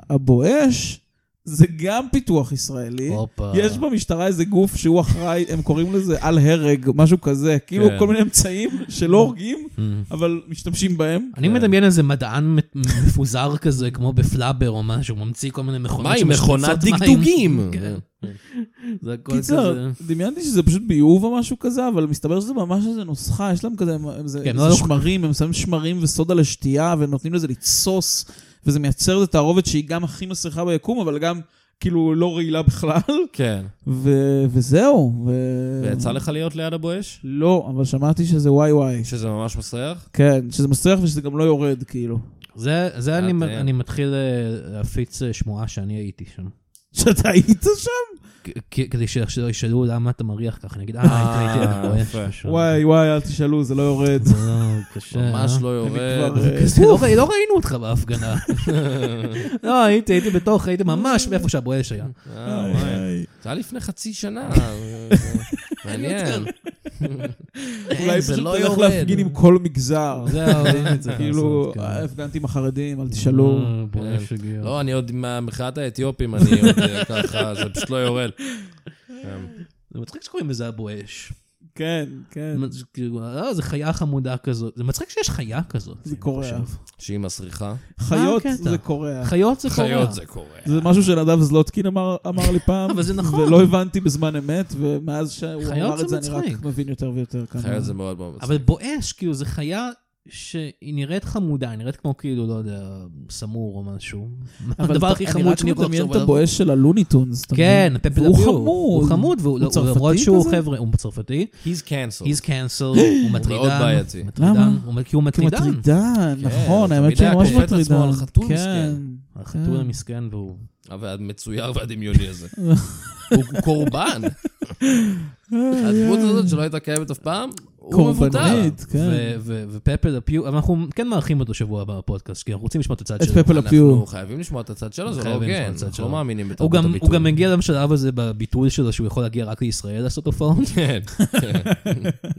S4: והבואש זה גם פיתוח
S3: אה,
S4: ישראלי.
S3: הופה.
S4: יש במשטרה איזה גוף שהוא אחראי, הם קוראים לזה על הרג, משהו כזה. כאילו
S2: כן.
S4: כל מיני אמצעים שלא הורגים,
S3: מהמם. אה.
S4: אבל משתמשים בהם.
S3: אני מדמיין איזה מדען מ- מפוזר כזה, כמו בפלאבר או משהו, ממציא כל מיני מכונות
S2: מה עם
S3: שמשפריצות
S2: מכונת
S3: מים.
S2: דגדוגים?
S3: כן. זה הכל
S4: קיצר,
S3: כזה.
S4: דמיינתי שזה פשוט ביוב או משהו כזה, אבל מסתבר שזה ממש איזה נוסחה, יש להם כזה, הם- הם- זה
S3: כן,
S4: זה
S3: לא-
S4: שמרים, הם שמים שמרים וסודה לשתייה, ונותנים לזה לתסוס, וזה מייצר את התערובת שהיא גם הכי מסריחה ביקום, אבל גם כאילו לא רעילה בכלל,
S2: כן.
S4: ו- וזהו. ו...
S2: ויצא לך להיות ליד הבואש?
S4: לא, אבל שמעתי שזה וואי וואי.
S2: שזה ממש מסריח?
S4: כן, שזה מסריח ושזה גם לא יורד, כאילו.
S3: זה, זה אני,
S2: אה,
S3: אני מתחיל אה, להפיץ אה, שמועה שאני הייתי שם.
S4: שאתה היית שם?
S3: כ- כ- כדי ש- שלא ישאלו למה אתה מריח ככה, אני אגיד, אה, הייתי הייתי
S2: אה,
S3: לבואש.
S2: יפה.
S3: משהו."
S4: וואי וואי, אל תשאלו, זה לא יורד.
S3: זה לא קשה.
S2: ממש
S3: אה?
S2: לא יורד.
S4: כבר, אה,
S3: כזה, לא ראי- לא ראינו אותך בהפגנה. לא, הייתי, הייתי בתוך, הייתי ממש מאיפה שהבואש היה.
S2: אה,
S4: איי,
S2: וואי.
S4: איי.
S2: זה היה לפני חצי שנה. אה, מעניין.
S3: אה, מעניין.
S4: אולי
S2: זה
S4: פשוט
S2: לא
S4: תלך
S2: יורד.
S4: להפגין עם כל מגזר.
S3: זהו,
S4: זה
S3: כן.
S4: כאילו, "אה, לא. כן. הפגנתי עם החרדים, אל תשאלו.
S3: אה, בואש הגיע.
S2: לא, אני עוד מהמחאת האתיופים, אני עוד אה, ככה, זה פשוט לא יורד. כן.
S3: זה מצחיק שקוראים לזה הבואש.
S4: כן, כן.
S3: זה כאילו, "אה, זה חיה חמודה כזאת. זה מצחיק שיש חיה כזאת.
S4: זה
S3: אני
S4: קורה.
S3: חושב.
S2: שהיא מסריחה.
S4: חיות
S3: הקטע?
S4: זה קורע.
S3: חיות זה קורה.
S2: חיות זה קורה.
S4: זה משהו שנדב זלוטקין אמר אמר לי פעם,
S3: אבל זה נכון.
S4: ולא לא הבנתי בזמן אמת, ומאז שהוא
S3: חיות
S4: אמר
S3: זה
S4: את זה אני
S3: מצחיק.
S4: רק מבין יותר ויותר כמה.
S2: חיות זה מאוד מאוד
S3: אבל
S2: מצחיק.
S3: בואש, כאילו, זה חיה שהיא נראית חמודה, היא נראית כמו כאילו, לא יודע, סמור או משהו.
S4: אבל
S3: הדבר
S4: אתה-
S3: הכי חמוד שאני יכול
S4: אני רק
S3: לחשוב
S4: מדמיין את
S3: עליו.
S4: הבואש של הלוניטונס, אתה
S3: כן,
S4: מבין?
S3: פפלביו.
S4: והוא חמוד.
S3: הוא חמוד, והוא
S4: הוא
S3: לא-
S4: צרפתי
S3: למרות שהוא
S4: כזה?
S3: חבר'ה, הוא צרפתי.
S2: He's cancelled.
S3: He's cancel, הוא מטרידן.
S2: מאוד בעייתי.
S3: מטרידן,
S4: למה?
S3: הוא- כי הוא
S4: כי הוא
S3: מטרידן.
S4: מטרידן,
S2: כן,
S4: נכון,
S2: הוא
S4: האמת
S2: תמיד
S4: שהוא
S2: היה
S4: ממש
S2: קופץ
S4: מטרידן.
S2: עצמו על חתול
S4: כן.
S3: החתול המסכן והוא...
S2: אבל המצויר והדמיוני הזה. הוא קורבן.
S3: אה,
S2: הדמות הזאת שלא הייתה קיימת אף פעם, הוא מבוטל.
S4: קורבנית, כן.
S3: ו- ו- ופפל הפיו, אבל אנחנו כן מארחים אותו שבוע הבא בפודקאסט, כי אנחנו רוצים לשמוע את הצד
S4: את
S3: שלו.
S4: פפל הפיו.
S2: אנחנו חייבים לשמוע את הצד שלו, זה לא
S3: חייבים לשמוע
S2: הוגן.
S3: את הצד
S2: אנחנו
S3: שלו.
S2: לא מאמינים
S3: הוא
S2: בתרבות
S3: גם-
S2: הביטוי.
S3: הוא גם מגיע לשלב הזה בביטוי שלו שהוא יכול להגיע רק לישראל לעשות הופעות,
S2: כן.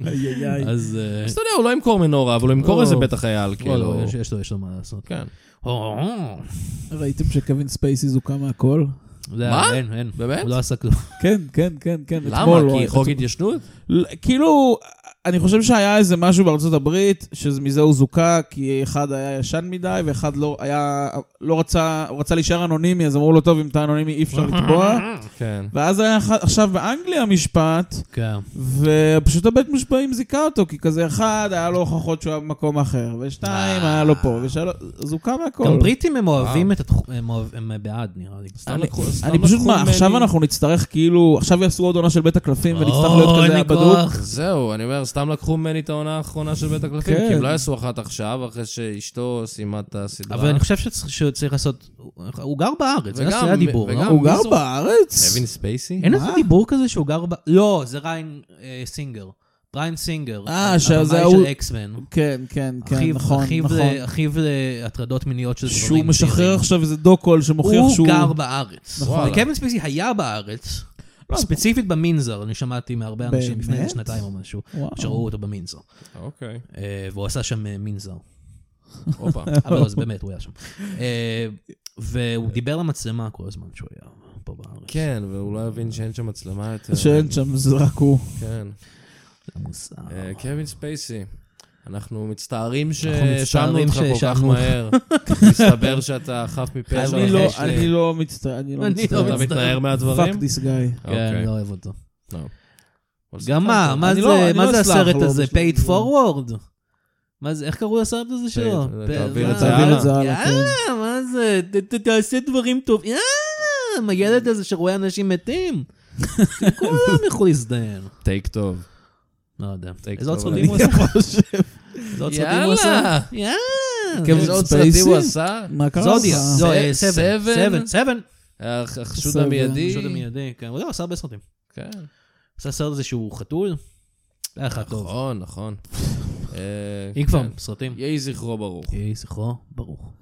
S4: איי, איי, איי.
S3: אז אה,
S2: אז אתה יודע, הוא לא ימכור מנורה, אבל הוא ימכור
S3: לא.
S2: איזה בית החייל,
S3: לא,
S2: כאילו.
S3: לא, יש- יש לו יש לו מה לעשות.
S2: כן.
S3: או,
S4: ראיתם שקווין ספייסי זוכה מהכל?
S3: זה-
S2: מה?
S3: אין, אין.
S2: באמת?
S3: הוא לא עשה כלום.
S4: כן, כן, כן, כן.
S2: למה?
S4: אתמול הוא
S2: כי
S4: היה-
S2: חוק התיישנות?
S4: ל- כאילו, אני חושב שהיה איזה משהו בארצות הברית, שמזה הוא זוכה, כי אחד היה ישן מדי, ואחד לא היה, לא רצה, הוא רצה להישאר אנונימי, אז אמרו לו, טוב, אם אתה אנונימי אי אפשר לתבוע.
S2: כן.
S4: ואז היה אחד, עכשיו באנגליה משפט,
S3: כן.
S4: ופשוט הבית משפעים זיכה אותו, כי כזה אחד, היה לו הוכחות שהוא היה במקום אחר, ושתיים, היה לו פה, ושלוש, זוכה מהכל.
S3: גם בריטים הם אוהבים את התחום, הם אוהב- הם בעד נראה לי. סתם
S2: אני-
S3: לקחו- סתם
S4: אני פשוט,
S2: לקחו
S4: מה, עכשיו
S2: ממני-
S4: אנחנו נצטרך כאילו, עכשיו יעשו עוד עונה של בית הקלפים, ונצטרך
S3: או,
S4: להיות
S3: אין
S4: כזה
S3: לי
S4: הבדוק.
S3: כוח.
S2: זהו, אני אומר, סתם לקחו ממני את העונה האחרונה של בית הקלפים,
S4: כן.
S2: כי הם לא יעשו אחת עכשיו, אחרי שאשתו סיימה את הסדרה.
S3: אבל אני חושב שצריך- שצריך לעשות... הוא גר בארץ, זה
S2: וגם-
S3: היה דיבור.
S2: וגם-
S3: לא?
S4: הוא
S2: מי
S4: גר
S2: זו-
S4: בארץ?
S2: אבין ספייסי?
S3: אין איזה דיבור כזה שהוא גר ב... לא, זה ריין אה, סינגר. ריין סינגר.
S4: אה, שזה
S3: הבמאי
S4: ההוא-
S3: של אקסמן.
S4: כן, כן, כן,
S3: אחיו-
S4: נכון,
S3: אחיו אה,
S4: נכון.
S3: ל- אחיו להטרדות מיניות של גברים
S4: שהוא משחרר
S3: צעירים.
S4: עכשיו איזה דוקול שמוכיח שהוא...
S3: הוא גר בארץ.
S2: נכון.
S3: וקווין ספייסי היה בארץ.
S4: לא.
S3: ספציפית במנזר, אני שמעתי מהרבה אנשים לפני איזה
S4: באמת? אה.
S3: שנתיים או משהו,
S4: וואו.
S3: שראו אותו במנזר.
S2: אוקיי.
S3: אה, והוא עשה שם אה, מנזר.
S2: הופה.
S3: אבל לא, זה באמת, הוא היה שם. אה, והוא דיבר למצלמה כל הזמן שהוא היה פה בארץ.
S2: כן, והוא לא יבין שאין שם אה, מצלמה יותר.
S4: שאין שם, זה רק הוא.
S2: כן.
S4: אה,
S3: זה מוזר.
S2: אה, קווין ספייסי. אנחנו מצטערים שהאשמנו
S3: מצטערים
S2: אותך כל כך
S3: שהאשמנו אותך.
S2: מהר. מסתבר שאתה חף מפשע.
S3: אני
S2: כן,
S4: אני
S2: אחרי
S4: לא-
S2: שני-
S4: אני לא מצטער, אני לא
S3: אני לא
S4: מצטער.
S2: אתה
S3: מצטער.
S2: מתנער מהדברים?
S4: פאק דיס גיא.
S2: אוקיי.
S3: כן, לא אוהב אותו.
S2: לא. אבל
S3: גם
S2: סליחה,
S3: מה, מה
S4: אני
S3: זה-
S4: לא- אני
S3: מה
S4: לא
S3: זה
S4: אסלח
S3: הסרט
S4: לו
S3: הזה?
S4: בשביל
S3: פייד
S4: זה.
S3: פורוורד? מה זה, איך קראו לסרט הזה שלו?
S2: Paid-
S3: פ-
S2: תעביר
S3: מה?
S2: את זה
S4: תעביר
S2: הלאה.
S4: את זה הלאה, כן.
S3: יאללה, מה זה? ת- ת- תעשה דברים טובים. יאללה, הילד הזה שרואה אנשים מתים. כולם יכלו להזדיין.
S2: טייק טוב.
S3: לא יודע.
S2: טוב,
S3: איזה עוד
S2: אבל
S3: סרטים הוא
S4: אני
S3: עשה?
S4: חושב.
S3: איזה עוד סרטים הוא עשה?
S2: יאללה!
S3: יאללה.
S4: כן.
S3: כן,
S2: איזה כן, עוד סרטים הוא עשה?
S4: מה קרה?
S3: זודיאק.
S4: לך?
S3: לא, אה,
S2: סבן.
S3: סבן. סבן. סבן.
S2: הח- החשוד
S4: סבבה.
S2: המיידי.
S3: פשוט המיידי, כן. הוא לא, עשה הרבה סרטים.
S2: כן,
S3: עשה סרט הזה שהוא חתול. היה אחד טוב.
S2: נכון, נכון. אה,
S3: אם כבר,
S2: כן.
S3: סרטים.
S2: יהי זכרו ברוך.
S3: יהי זכרו, ברוך.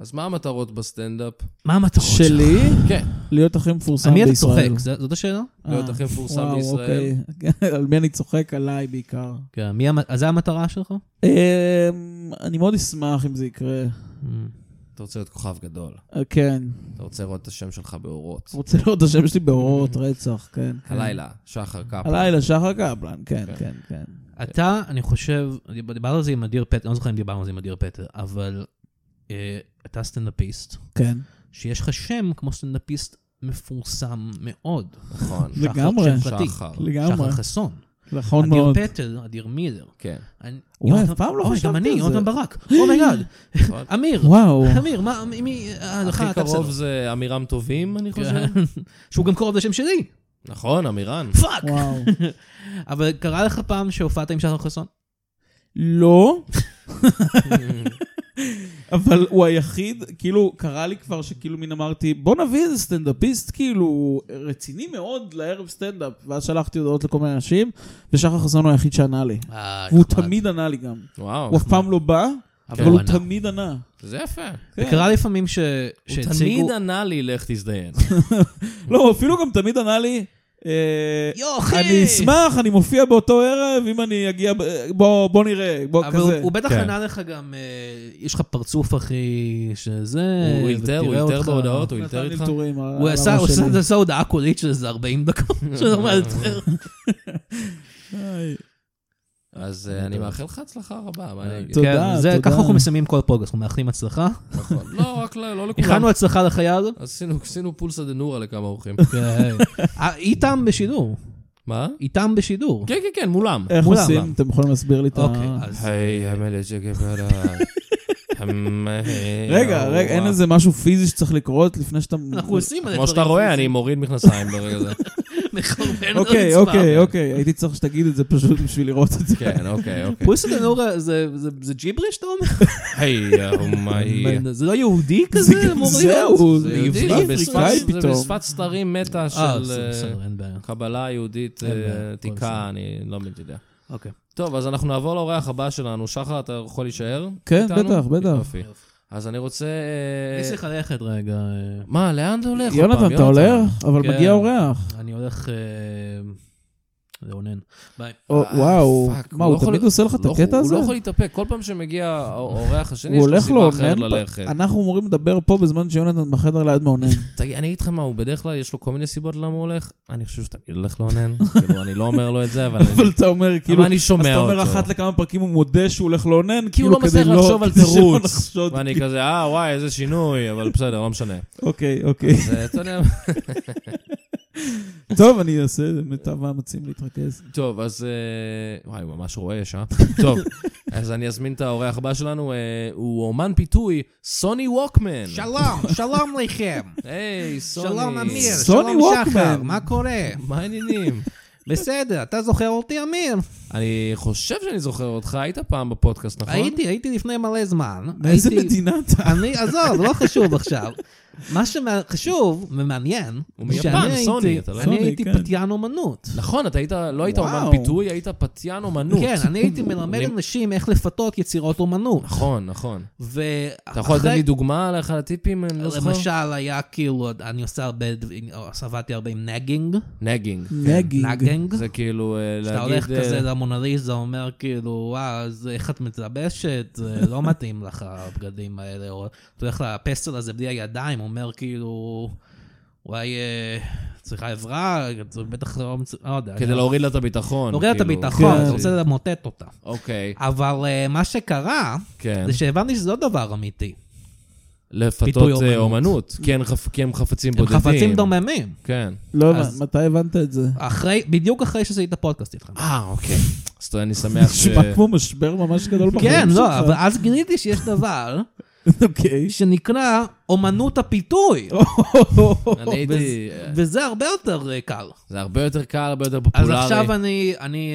S2: אז מה המטרות בסטנדאפ?
S3: מה המטרות
S4: שלי,
S2: כן,
S4: להיות הכי מפורסם
S3: על מי אתה
S4: בישראל. אה,
S3: צוחק? זה- זאת השאלה?
S2: להיות הכי מפורסם
S4: וואו,
S2: בישראל.
S4: אוקיי. על מי אני צוחק? עליי בעיקר.
S3: כן, מי המ- אז זה המטרה שלך?
S4: אמ, אני מאוד אשמח אם זה יקרה.
S2: אתה רוצה להיות כוכב גדול.
S4: אה, כן.
S2: אתה רוצה לראות את השם שלך באורות.
S4: רוצה לראות את השם שלי באורות, רצח, כן. כן.
S2: הלילה, שחר קפלן.
S4: הלילה, שחר קפלן, כן, כן, כן.
S3: אתה, אני חושב, דיב- דיברנו על זה עם אדיר פטר, אני לא זוכר אם דיברנו על זה עם אדיר פטר, אבל אה, אתה סטנדאפיסט,
S4: כן.
S3: שיש לך שם כמו סטנדאפיסט מפורסם מאוד.
S2: נכון.
S4: זה- לגמרי.
S3: שחר, שם פרטי.
S2: שחר.
S4: לגמרי.
S3: שחר חסון.
S4: נכון
S3: אדיר
S4: מאוד.
S3: פטר, אדיר מילר.
S2: כן.
S3: אני-
S4: וואי,
S3: יונתן-
S4: אף פעם לא
S3: אוי,
S4: חשבתי
S3: גם אני,
S4: על זה.
S3: יונתן ברק.
S4: Oh
S3: אומייגאד.
S2: נכון.
S3: אמיר.
S4: וואו.
S3: אמיר, מה, מי- מי, אה, לך,
S2: הכי
S3: אתה
S2: קרוב
S3: בסדר.
S2: זה עמירם טובים, אני חושב.
S3: כן. שהוא גם קרוב לשם שלי.
S2: נכון, עמירן.
S3: פאק.
S4: וואו.
S3: אבל קרה לך פעם שהופעת עם שחר חסון?
S4: לא. אבל הוא היחיד, כאילו, קרה לי כבר שכאילו מין אמרתי, בוא נביא איזה סטנדאפיסט, כאילו, רציני מאוד לערב סטנדאפ. ואז שלחתי הודעות לכל מיני אנשים, ושחר חסון הוא היחיד שענה לי.
S3: אה,
S4: והוא
S3: נחמד. אוקיי.
S4: תמיד ענה לי גם.
S2: וואו,
S4: הוא אף פעם לא בא,
S3: אבל
S4: אבל הוא
S3: ענה.
S4: תמיד ענה.
S2: זה יפה.
S4: כן.
S3: זה קרה לפעמים ש-
S2: הוא
S3: שהציגו...
S2: תמיד ענה לי, לך תזדיין.
S4: לא, הוא אפילו גם תמיד ענה לי, אה,
S3: יו, אחי!
S4: אני אשמח, אני מופיע באותו ערב, אם אני אגיע, ב- בוא בוא נראה, בוא
S3: אבל הוא-
S4: כזה.
S3: הוא בטח
S2: כן.
S3: ענה לך גם, אה, יש לך פרצוף, אחי, שזה...
S2: הוא אילתר, הוא
S3: ותראה
S2: אילתר
S3: אותך.
S2: בהודעות, הוא
S4: נתן
S2: אילתר
S4: לי
S2: איתך.
S4: טורים על-
S3: הוא
S4: על
S3: עשה-
S4: הראש
S3: הוא עשה
S4: שלי.
S3: הוא עשה הודעה קולית של איזה 40 דקות, שהוא אמר, "אילתר".
S4: איי.
S2: אז אה, אני מאחל לך הצלחה רבה, מה אני אגיד?
S4: תודה,
S3: כן, זה-
S4: תודה.
S3: ככה אנחנו מסיימים כל פרוגרס, אנחנו מאחלים הצלחה.
S2: נכון. לא, רק ל- לא לכולם.
S3: הכנו הצלחה לחיה הזו.
S2: עשינו עשינו פולסא דנורא לכמה אורחים.
S3: אה, איתם בשידור,
S2: מה?
S3: איתם בשידור.
S2: כן, כן, כן, מולם.
S4: איך
S3: מולם,
S4: עושים?
S3: למה?
S4: אתם יכולים להסביר לי את ה...
S3: אוקיי, אז
S2: היי, המלך שגברה. אה,
S4: רגע, רגע, אין איזה משהו פיזי שצריך לקרות לפני שאתה...
S3: אנחנו עושים מלא
S2: כמו שאתה
S3: דברים
S2: רואה, אני מוריד מכנסיים ברגע זה.
S3: מחרבן על
S4: אוקיי,
S3: הרצפה.
S4: אוקיי, אוקיי, הייתי צריך שתגיד את זה פשוט בשביל לראות את זה.
S2: כן, אוקיי, אוקיי.
S3: פולסא דנורא זה- זה- זה ג'יבריש, אתה אומר?
S2: היי, אומיי.
S3: זה לא יהודי
S4: זה
S3: כזה?
S4: גם
S3: אמור להיות?
S4: זהו,
S2: זה
S4: זה
S2: יהודי,
S4: עברי
S2: זה
S4: אפריקאי
S2: בשפת- זה
S4: פתאום.
S2: בשפת סתרים מטא של
S3: אה,
S2: אה,
S3: זה בסדר, אין בעיה.
S2: קבלה יהודית
S3: אין
S2: אה,
S3: בעיה, הכל
S2: עתיקה,
S3: בסדר.
S2: אני לא באמת יודע.
S3: אוקיי.
S2: טוב, אז אנחנו נעבור לאורח הבא שלנו. שחר, אתה יכול להישאר?
S4: כן,
S2: איתנו?
S4: בטח, בטח.
S2: יופי. אז אני רוצה... אה,
S3: אני צריך ללכת רגע. אה,
S2: מה, לאן אתה הולך? עוד פעם,
S4: יונתן, אתה הולך? אבל
S3: כן.
S4: מגיע אורח.
S3: אני הולך אה, לאונן. ביי.
S4: או,
S2: אה,
S4: וואו,
S2: פאק, הוא
S4: מה, הוא
S2: לא יכול-
S4: תמיד עושה לך את
S2: לא,
S4: הקטע הזה?
S2: הוא לא יכול להתאפק, כל פעם שמגיע האורח השני,
S4: הוא
S2: יש לו
S4: הולך
S2: סיבה אחרת
S4: לאונן,
S2: ללכת.
S4: אנחנו אמורים לדבר פה בזמן שיונתן בחדר ליד מאונן.
S2: תגיד, אני אגיד לך מה, הוא בדרך כלל, יש לו כל מיני סיבות למה הוא הולך, אני חושב שאתה הולך לאונן, כאילו, אני לא אומר לו את זה, אבל
S4: אבל
S2: אני-
S4: אתה אומר, כאילו,
S2: אבל אני לא
S4: אז
S2: שומע
S4: אתה אומר
S2: אותו.
S4: אחת לכמה פרקים הוא מודה שהוא הולך לאונן,
S2: כי הוא לא
S4: כאילו כדי
S2: מצליח לחשוב על
S4: כדי שלא
S2: תירוץ.
S4: נחשוד. כאילו.
S2: ואני כזה, אה, וואי, איזה שינוי, אבל בסדר, לא משנה.
S4: אוקיי, אוקיי.
S2: אז אה, אתה יודע,
S4: טוב, אני אעשה מיטב מאמצים להתרכז.
S2: טוב, אז... אה, וואי, הוא ממש רועש, אה? טוב, אז אני אזמין את האורח הבא שלנו, אה, הוא אומן פיתוי, סוני ווקמן.
S5: שלום, שלום לכם.
S2: היי, סוני.
S5: שלום אמיר,
S4: סוני
S5: שלום שחר,
S4: ווקמן.
S5: מה קורה?
S2: מה העניינים?
S5: בסדר, אתה זוכר אותי אמיר?
S2: אני חושב שאני זוכר אותך, היית פעם בפודקאסט, נכון?
S5: הייתי, הייתי לפני מלא זמן.
S4: מאיזה
S5: הייתי-
S4: מדינה אתה?
S5: אני, עזוב, לא חשוב עכשיו. מה שחשוב ומעניין,
S2: הוא מיפן,
S5: שאני
S2: סוני,
S5: הייתי-
S2: אתה לא-
S5: אני
S4: סוני,
S5: הייתי
S4: כן.
S5: פתיין אומנות.
S2: נכון, אתה היית, לא היית
S4: וואו.
S2: אומן פיתוי, היית פתיין אומנות.
S5: כן, אני הייתי מלמד
S2: אני-
S5: אנשים איך לפתות יצירות אומנות.
S2: נכון, נכון.
S5: ו-
S2: אתה יכול לתת
S5: אחרי-
S2: לי דוגמה על אחד הטיפים? אני לא זוכר.
S5: למשל, היה כאילו, אני עושה הרבה, דברים- עבדתי הרבה עם נגינג.
S2: נגינג.
S4: נגינג.
S5: נגינג.
S2: זה כאילו אה,
S5: כשאתה
S2: להגיד...
S5: הולך
S2: אה,
S5: כזה למונליזה, אומר כאילו, וואו, אז איך את מתלבשת, זה לא מתאים לך הבגדים האלה, או אתה הולך לפסל הזה בלי הידיים, אומר כאילו,
S3: אולי אה, צריכה עזרה, זה בטח לא מצ- לא יודע. לא-
S2: כדי להוריד לה את הביטחון.
S3: להוריד את
S2: כאילו.
S3: הביטחון,
S4: כן.
S3: זה רוצה למוטט אותה.
S2: אוקיי,
S3: אבל אה, מה שקרה,
S2: כן.
S3: זה שהבנתי שזה לא דבר אמיתי. פיתוי
S2: לפתות אה,
S3: אומנות.
S2: אומנות. כי הם חפ- כי הם חפצים
S3: הם
S2: בודדים.
S3: חפצים דוממים.
S2: כן.
S4: לא,
S3: אז- אה,
S4: מתי הבנת את זה?
S3: אחרי, בדיוק אחרי שעשיתי את הפודקאסט איתכם.
S2: אה, אוקיי. אז אתה- אני שמח ש...
S4: נשמע כמו משבר ממש גדול בחיים
S3: אה, כן,
S4: שלך.
S3: לא, אבל אז גיליתי שיש דבר
S4: אוקיי.
S3: שנקרא אומנות הפיתוי,
S2: אני הייתי... אה,
S3: וזה הרבה יותר אה, קל.
S2: זה הרבה יותר קל, הרבה יותר
S3: אז
S2: פופולרי.
S3: עכשיו אני- אני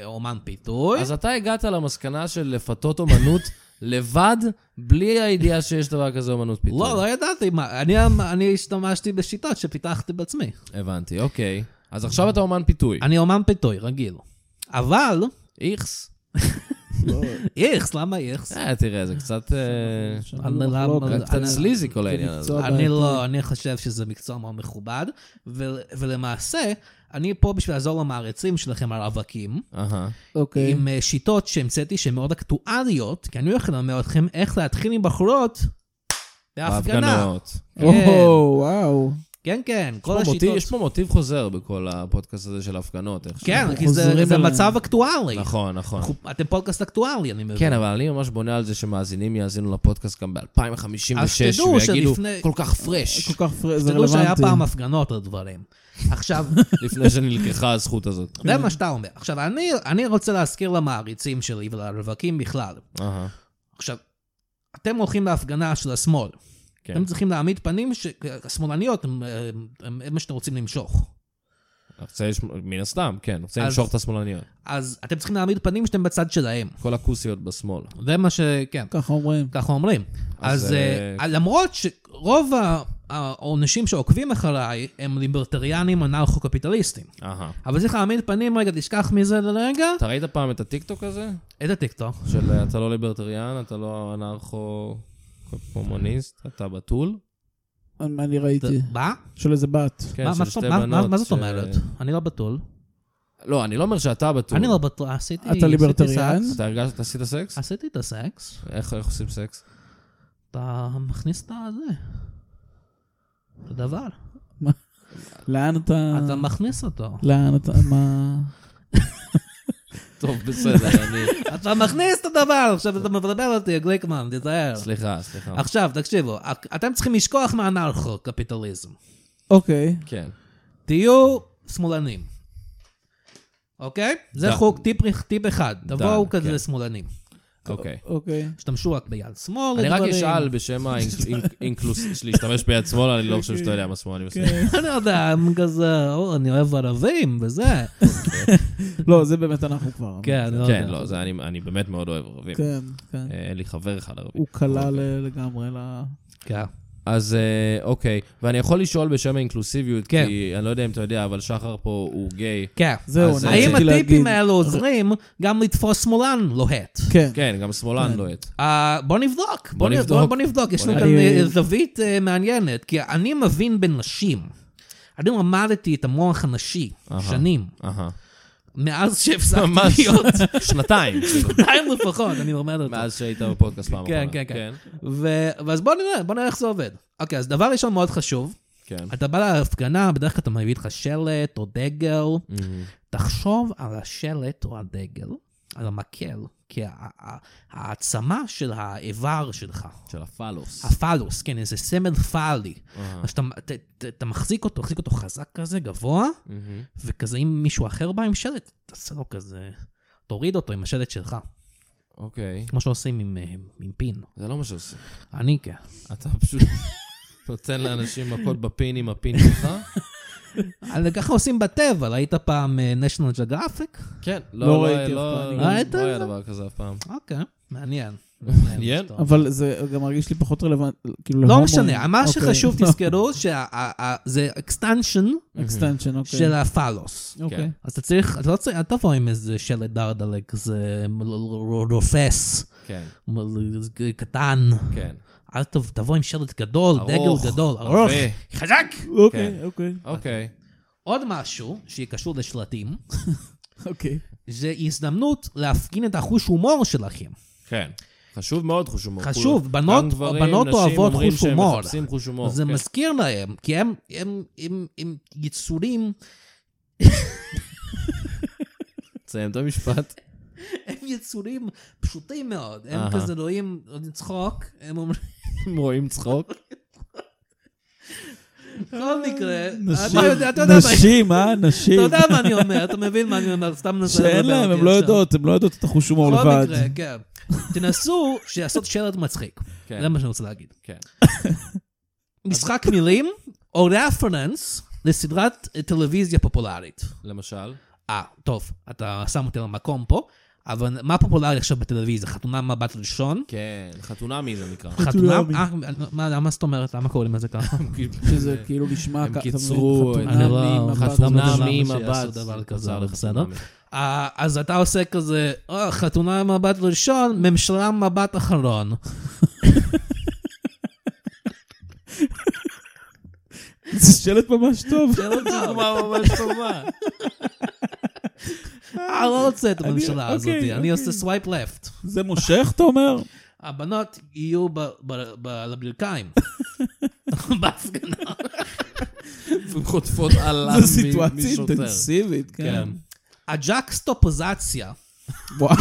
S3: אה, אומן פיתוי.
S2: אז אתה הגעת למסקנה של לפתות אומנות לבד, בלי הידיעה שיש דבר כזה אומנות פתאום.
S3: לא, לא ידעתי מה, אני- אני השתמשתי בשיטות שפיתחתי בעצמי.
S2: הבנתי, אוקיי. אז עכשיו אתה אומן פיתוי.
S3: אני אומן פיתוי, רגיל. אבל,
S2: איכס.
S3: אה,
S4: לא,
S3: איכס, למה איכס?
S2: אה, תראה, זה קצת... אה,
S3: אני לא-
S2: זה קצת סליזי כל העניין הזה.
S4: מקצוע.
S3: אני לא, אני חושב שזה מקצוע מאוד מכובד, ו- ולמעשה, אני פה בשביל לעזור למעריצים שלכם הרווקים,
S2: אהה.
S4: אוקיי.
S3: עם אה, שיטות שהמצאתי שהן מאוד אקטואליות, כי אני הולך ללמד אתכם איך להתחיל עם בחורות בהפגנה.
S2: בהפגנות.
S4: או, וואו.
S3: כן, כן,
S2: יש
S3: כל
S2: פה מוטיב-
S3: השיטות.
S2: יש פה מוטיב חוזר בכל הפודקאסט הזה של הפגנות. איכשהו.
S3: כן,
S4: אנחנו
S3: כי זה
S4: חוזרים
S3: זה
S4: אליהם.
S3: מצב אקטואלי.
S2: נכון, נכון.
S3: אנחנו- אתם פודקאסט אקטואלי, אני מבין.
S2: כן, אבל אני ממש בונה על זה שמאזינים יאזינו לפודקאסט גם
S3: אז
S2: ב-2056,
S3: תדעו
S2: ויגידו,
S3: שלפני-
S2: כל כך פרש,
S4: כל כך פר- זה רלוונטי.
S3: תדעו לא שהיה פעם הפגנות על דברים. עכשיו,
S2: לפני שנלקחה הזכות הזאת.
S3: זה מה שאתה אומר. עכשיו, אני- אני רוצה להזכיר למעריצים שלי ולרווקים בכלל.
S2: אהה,
S3: עכשיו, אתם הולכים להפגנה של השמאל.
S2: כן.
S3: אתם צריכים להעמיד פנים שהשמאלניות הם, הם, הם, הם מה שאתם רוצים למשוך.
S2: רוצה לש- מן הסתם, כן, רוצה
S3: אז-
S2: למשוך את השמאלניות.
S3: אז אתם צריכים להעמיד פנים שאתם בצד שלהם.
S2: כל הכוסיות בשמאל.
S3: זה מה ש... כן,
S4: ככה אומרים.
S3: ככה אומרים.
S2: אז,
S3: אז, אז
S2: אה,
S3: אה, למרות שרוב ה- האנשים שעוקבים אחריי הם ליברטריאנים אנרכו-קפיטליסטים.
S2: אהה.
S3: אבל צריך להעמיד פנים, רגע, תשכח מזה לרגע.
S2: אתה ראית פעם את הטיקטוק הזה?
S3: איזה טיקטוק?
S2: של אה, אתה לא ליברטריאן, אתה לא אנרכו-קומוניסט, אתה בתול?
S4: אני ראיתי.
S3: מה?
S4: של איזה בת.
S2: כן,
S3: מה-
S2: של
S3: מה
S2: שתי
S3: זאת- מה- מה-
S2: בנות אה,
S3: מה זאת
S2: ש-
S3: אומרת? אני לא בתול.
S2: לא, אני לא אומר שאתה בתול.
S3: אני לא בתול, עשיתי...
S4: אתה
S3: עשיתי
S4: ליברטריאן?
S3: סקס.
S2: אתה הרגשת, אתה עשית סקס?
S3: עשיתי את הסקס,
S2: איך איך עושים סקס?
S3: אתה מכניס את הזה. את הדבר. כן.
S4: לאן
S2: אה.
S4: אתה...
S3: אתה מכניס אותו.
S4: לאן אתה... מה...
S2: טוב, בסדר, אני...
S3: אתה מכניס את הדבר! עכשיו אתה מבלבל אותי, גליקמן, תיזהר.
S2: סליחה, סליחה.
S3: עכשיו, תקשיבו, אתם צריכים לשכוח מהאנרכו-קפיטליזם.
S4: אוקיי.
S2: כן.
S3: תהיו שמאלנים. אוקיי? זה
S2: ד-
S3: חוק, טיפ- טיפ אחד. תבואו
S2: כן.
S3: כזה שמאלנים.
S2: אוקיי.
S4: אוקיי.
S3: השתמשו רק ביד שמאל.
S2: אני רק
S3: לדברים.
S2: אשאל בשם האינקלוס, להשתמש ביד שמאל, אני לא חושב שאתה יודע מה שמאל אני עושה.
S3: אני לא יודע, הם כזה, "או, אני אוהב ערבים וזה.
S4: לא, זה באמת אנחנו כבר. אמרנו.
S3: כן, אני לא יודע.
S2: כן, לא, זה אני אני באמת מאוד אוהב ערבים.
S4: כן, כן.
S2: אה, אין לי חבר אחד ערבי.
S4: הוא כלל אה, לגמרי ל...
S3: כן.
S2: אז אה, אוקיי, ואני יכול לשאול בשם האינקלוסיביות,
S3: כן.
S2: כי אני לא יודע אם אתה יודע, אבל שחר פה הוא גיי.
S3: כן.
S4: זהו,
S2: אז,
S4: אני
S3: האם
S4: רציתי
S3: הטיפים
S4: להגיד.
S3: האלו עוזרים גם לתפוס שמאלן לוהט?
S4: כן.
S2: כן, גם שמאלן לוהט.
S3: אה, בוא נבדוק, בוא
S2: נבדוק.
S3: נבדוק, בוא נבדוק, יש
S2: בוא
S3: לנו כאן
S4: נבדוק.
S3: אה, זווית אה, מעניינת, כי אני מבין בנשים. אני למדתי את המוח הנשי שנים,
S2: אהה.
S3: מאז שהפסקתי
S2: ממש.
S3: להיות,
S2: שנתיים. כאילו,
S3: שנתיים לפחות, אני לומד אותו.
S2: מאז שהיית בפודקאסט פעם
S3: כן,
S2: אחרונה.
S3: כן, כן. ו- ואז בוא נראה, בוא נראה איך זה עובד. אוקיי, אז דבר ראשון מאוד חשוב,
S2: כן.
S3: אתה בא להפגנה, בדרך כלל אתה מביא איתך שלט או דגל,
S2: מהמם.
S3: תחשוב על השלט או הדגל, על המקל, כהעצמה של האיבר שלך.
S2: של הפלוס.
S3: הפלוס, כן, איזה סמל פאלי. אז אתה- אתה- אתה- אתה מחזיק אותו, מחזיק אותו חזק כזה, גבוה,
S2: מהמם.
S3: וכזה אם מישהו אחר בא עם שלט, תעשה לו כזה, תוריד אותו עם השלט שלך,
S2: אוקיי.
S3: כמו שעושים עם, אה, עם פין.
S2: זה לא מה שעושים.
S3: אני כן.
S2: אתה פשוט נותן לאנשים מכות בפין עם הפין שלך?
S3: אבל אה, ככה עושים בטבע, ראית פעם אה, national geographic?
S2: כן.
S4: לא ראיתי אף פעם.
S2: לא
S3: ראית את
S2: לא היה
S3: זה?
S2: דבר כזה אף פעם.
S3: אוקיי, מעניין.
S2: מעניין.
S4: אבל זה גם מרגיש לי פחות רלוונטי, כאילו
S3: לא
S4: להומואים.
S3: משנה, מה
S4: אוקיי.
S3: שחשוב
S4: לא.
S3: תזכרו, שזה extension
S4: extension, אוקיי.
S3: של הפלוס.
S4: אוקיי.
S2: כן.
S3: אז אתה צריך, אתה לא צריך, אל תבוא עם איזה שלט דרדלה כזה רופס,
S2: כן,
S3: קטן.
S2: כן.
S3: אל תב- תבוא עם שלט גדול,
S2: ארוך,
S3: דגל גדול,
S2: הרבה. כן.
S3: ארוך, חזק.
S4: אוקיי, אוקיי.
S2: אוקיי.
S3: עוד משהו שקשור לשלטים,
S4: אוקיי.
S3: זה הזדמנות להפגין את החוש הומור שלכם.
S2: כן. חשוב מאוד חוש הומור.
S3: חשוב,
S2: כולם-
S3: בנות-
S2: גם גברים,
S3: בנות
S2: נשים
S3: אוהבות
S2: אומרים
S3: חוש
S2: שהם
S3: הומור.
S2: מחפשים חוש הומור.
S3: אז זה
S2: כן.
S3: מזכיר להם, כי הם, הם, הם, הם יצורים,
S2: תסיים את המשפט.
S3: הם יצורים פשוטים מאוד. הם
S2: אהה.
S3: כזה רואים צחוק, הם אומרים,
S2: הם רואים צחוק.
S3: בכל מקרה,
S4: נשים,
S3: אתה יודע, אתה יודע מה-
S4: נשים, אה? נשים.
S3: אתה יודע מה אני אומר, אתה מבין מה אני אומר, סתם ננסה
S4: שאין להם, הן לא יודעות, הן לא יודעות את החוש הומור
S3: בכל
S4: לבד.
S3: מקרה, כן. תנסו לעשות שלט מצחיק,
S2: כן,
S3: זה מה שאני רוצה להגיד.
S2: כן.
S3: משחק מילים, או רפרנס לסדרת טלוויזיה פופולרית.
S2: למשל.
S3: אה, טוב, אתה שם אותי למקום פה, אבל מה פופולרי עכשיו בטלוויזיה? חתונה מבט ראשון?
S2: כן, חתונמי זה נקרא.
S3: חתונה? אה, מה, למה זאת אומרת? למה קוראים לזה ככה?
S4: שזה כאילו נשמע
S2: הם
S4: ככה, אתה מבין?
S2: קיצרו את-
S4: חתונה
S3: אני לא-
S4: ממבט
S3: חתונה
S4: ראשון.
S2: חתונמי
S3: מ- לא שיעשו
S2: מבט.
S3: דבר
S2: זה
S3: כזה,
S2: יצר
S3: אבל
S2: לחתונמי.
S3: אה, אז אתה עושה כזה, "אה, חתונה מבט ראשון, ממשלה מבט אחרון.
S4: זה שלט ממש טוב.
S3: זה לא טוב.
S2: דוגמה ממש טובה.
S3: אני לא רוצה את הממשלה
S4: אוקיי,
S3: הזאת, אני
S4: אוקיי.
S3: עושה סווייפ לפט.
S4: זה מושך, אתה אומר?
S3: הבנות יהיו ב- ב- ב- על הברכיים. בהפגנה.
S2: והן חוטפות עליו
S4: זו סיטואציה
S2: משוטר.
S4: אינטנסיבית, כן.
S2: כן.
S3: הג'קסטופוזציה
S4: וואו.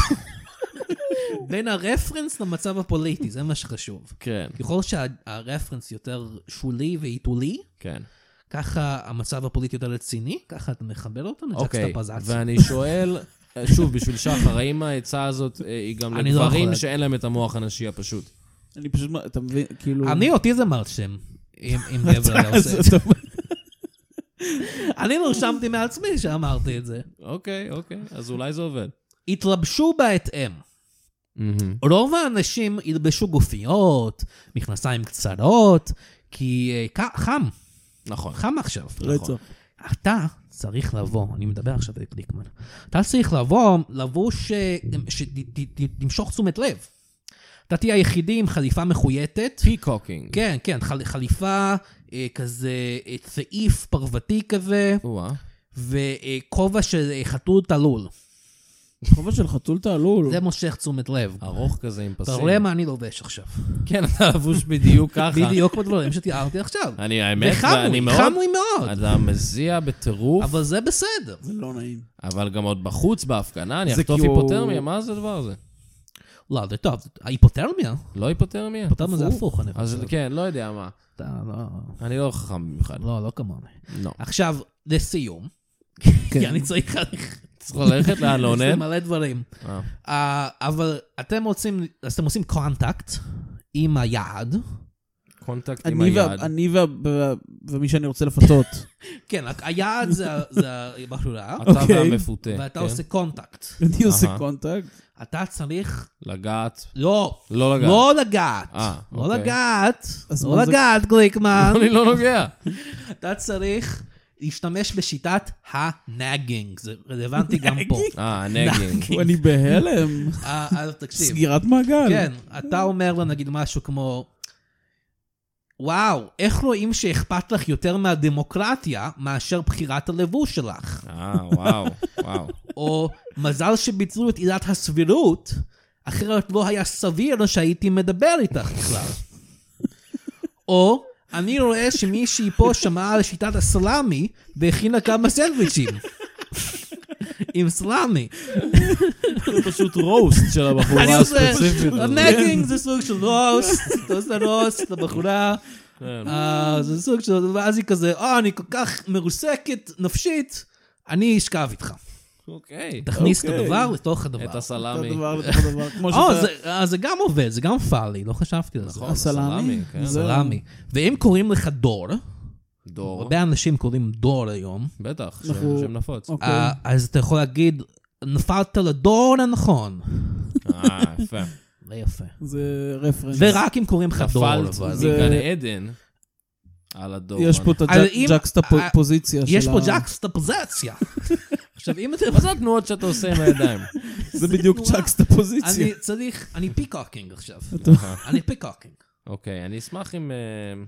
S3: בין הרפרנס למצב הפוליטי, זה מה שחשוב.
S2: כן,
S3: ככל שהרפרנס יותר שולי ועיתולי,
S2: כן.
S3: ככה המצב הפוליטי יותר רציני, ככה אתה מחבר אותו
S2: אוקיי,
S3: לג'קסטופוזציה.
S2: ואני שואל, אה, שוב, בשביל שחר, האם העצה הזאת אה, היא גם
S3: אני לא
S2: לגברים
S3: יכול.
S2: שאין להם את המוח הנשי הפשוט?
S4: אני פשוט, מ- אתה מבין, כאילו...
S3: אני אותי זה מרשים, אם אם גבר היה
S4: אז
S3: עושה את זה.
S4: אתה אומר,
S3: אני נרשמתי מעצמי שאמרתי את זה.
S2: אוקיי, אוקיי, אז אולי זה עובד.
S3: התלבשו בהתאם. רוב האנשים ילבשו גופיות, מכנסיים קצרות, כי אה, ק- חם,
S2: נכון.
S3: חם עכשיו.
S4: רצח.
S3: אתה צריך לבוא, אני מדבר עכשיו על גליקמן, אתה צריך לבוא, לבוש אה, שתמשוך תשומת לב. אתה תהיה היחידי עם חליפה מחויטת.
S2: פיקוקינג.
S3: כן, כן, חל- חליפה אה, כזה אה, צעיף פרוותי כזה,
S2: או-אה.
S3: וכובע של אה, חתול תלול. נכון.
S4: חובה של חתול תעלול.
S3: זה מושך תשומת לב.
S2: ארוך כזה עם
S3: אתה
S2: פסים.
S3: רואה מה אני לובש עכשיו.
S2: כן, אתה לבוש בדיוק ככה.
S3: בדיוק בדברים שתיארתי עכשיו.
S2: אני, האמת,
S3: וחם
S2: אני
S3: לי,
S2: מאוד...
S3: חם לי מאוד.
S2: אתה מזיע בטירוף,
S3: אבל זה בסדר.
S4: זה לא נעים.
S2: אבל גם עוד בחוץ, בהפגנה, אני
S4: זה
S2: אחטוף
S4: כי הוא-
S2: היפותרמיה, מה זה הדבר הזה?
S3: לא, זה טוב. ההיפותרמיה?
S2: לא היפותרמיה?
S3: היפותרמיה זה הפוך, אני
S2: אז
S3: חושב.
S2: כן, לא יודע מה.
S3: אתה לא...
S2: אני לא חכם ממך.
S3: לא, לא כמוני.
S2: לא.
S3: עכשיו, לסיום,
S4: כן.
S3: כי אני צריך ללכת,
S2: צריך ללכת לאן
S3: יש לי
S2: לאונן?
S3: מלא דברים.
S2: אה,
S3: אה, אבל אתם רוצים, אז אתם עושים קונטקט עם היעד.
S2: קונטקט עם
S4: אני
S2: היד.
S4: וה- אני וה- וה- ומי שאני רוצה לפתות.
S3: כן, ה- היעד זה ה- זה הבחורה,
S2: אתה
S4: אוקיי.
S2: והמפוטה.
S3: ואתה
S2: כן?
S3: עושה קונטקט.
S4: אני עושה
S2: אהה.
S4: קונטקט.
S3: אתה צריך,
S2: לגעת.
S3: לא,
S2: לא לגעת.
S3: לא לגעת.
S2: אה,
S3: לא
S2: אוקיי.
S3: לגעת,
S4: אז
S3: לא
S4: מה זה-
S3: לגעת, גליקמן.
S2: אני לא נוגע.
S3: אתה צריך להשתמש בשיטת הנאגינג, זה רלוונטי גם פה.
S2: אה, נגינג.
S4: אני בהלם.
S3: אה, אז תקשיב.
S4: סגירת מעגל.
S3: כן, אתה אומר לה נגיד משהו כמו, וואו, איך רואים שאכפת לך יותר מהדמוקרטיה מאשר בחירת הלבוש שלך?
S2: אה, וואו, וואו.
S3: או מזל שביצעו את עילת הסבירות, אחרת לא היה סביר שהייתי מדבר איתך בכלל. או, אני רואה שמישהי פה שמעה על שיטת הסלאמי והכינה כמה סנדוויצ'ים. עם סלאמי.
S2: פשוט רוסט של
S3: אני
S2: הבחורה
S3: עושה,
S2: הספציפית. הזאת.
S3: נגינג זה סוג של רוסט, אתה עושה רוסט לבחורה,
S2: כן.
S3: אה, זה סוג של, ואז היא כזה, אה, אני כל כך מרוסקת נפשית, אני אשכב איתך.
S2: אוקיי.
S3: תכניס את
S4: אוקיי.
S3: הדבר לתוך הדבר.
S2: את
S4: אותו
S2: הסלאמי.
S4: דבר לתוך הדבר. כמו
S3: או,
S4: שאתה... אה,
S3: זה- אה, זה גם עובד, זה גם פאלי, לא חשבתי על זה.
S2: נכון, הסלאמי, כן.
S4: זהו.
S3: סלאמי. ואם קוראים לך דור,
S2: דור.
S3: הרבה אנשים קוראים דור היום,
S2: בטח, שם-
S4: אנחנו-
S2: שם נפוץ.
S4: אוקיי.
S3: אה, אז אתה יכול להגיד, נפלת לדור הנכון.
S2: אה, יפה.
S3: זה יפה.
S4: זה רפרנס.
S3: ורק אם קוראים לך דור,
S2: נפלת
S3: אבל.
S4: זה-
S2: מגן עדן על הדור.
S4: יש פה את
S3: אז אם- אה,
S4: הג'קסטפוזיציה של ה...
S3: יש פה ג'קסטפוזציה. עכשיו, אם אתם...
S2: מה זה התנועות שאתה עושה עם הידיים?
S4: זה בדיוק
S3: תנועה.
S4: ג'קסטפוזיציה.
S3: אני צריך, אני פיקוקינג עכשיו.
S2: אה,
S3: אני פיקוקינג.
S2: אוקיי, אני אשמח אם... אה,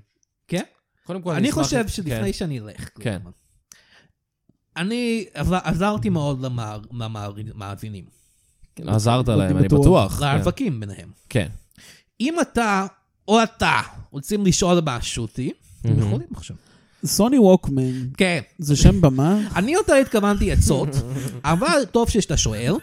S3: כן?
S2: קודם כל,
S3: אני
S2: אשמח אם-
S3: חושב
S2: כן.
S3: שלפני שאני אלך. כאילו.
S2: כן.
S3: כלומר, אני עזר- עזרתי מאוד למאר- למאר- למאזינים.
S2: עזרת להם, אני
S4: בטוח.
S2: בטוח. כן.
S3: לרווקים ביניהם.
S2: כן.
S3: אם אתה או אתה רוצים לשאול משהו אותי, אתם
S2: Mhm.
S3: יכולים עכשיו.
S4: סוני ווקמן,
S3: כן,
S4: זה שם במה?
S3: אני יותר התכוונתי עצות, אבל טוב שאתה שואל.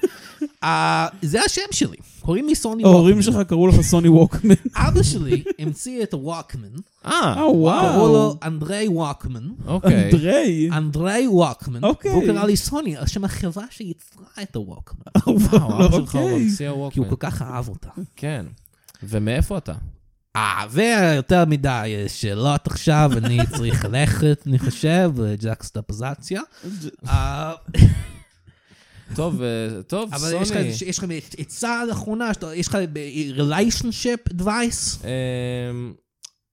S3: אה, זה השם שלי, קוראים לי סוני
S4: ההורים
S3: ווקמן.
S4: שלך קראו לך סוני ווקמן.
S3: אבא שלי המציא את ווקמן,
S2: אה,
S4: אה,
S3: קראו
S4: וואו.
S3: לו אה. אנדרי ווקמן.
S2: אוקיי.
S4: אנדרי.
S3: אנדרי ווקמן,
S4: אוקיי.
S3: והוא קרא לי סוני, על שם החברה שיצרה את הווקמן,
S2: וואו, אבא שלך הוא
S4: אוקיי.
S2: ממציא
S3: כי הוא
S2: הווקמן.
S3: כל כך אהב אותה.
S2: נכון, כן. ומאיפה אתה?
S3: אה, ויותר מדי אה, שאלות עכשיו, אני צריך ללכת, אני חושב, ג'קסטפזציה. אה,
S2: טוב, אה, טוב,
S3: אבל יש לך-
S2: סוני.
S3: יש לך עצה לאחרונה, שאתה- יש לך אה, ריליישנשיפ אדווייס?
S2: אמ,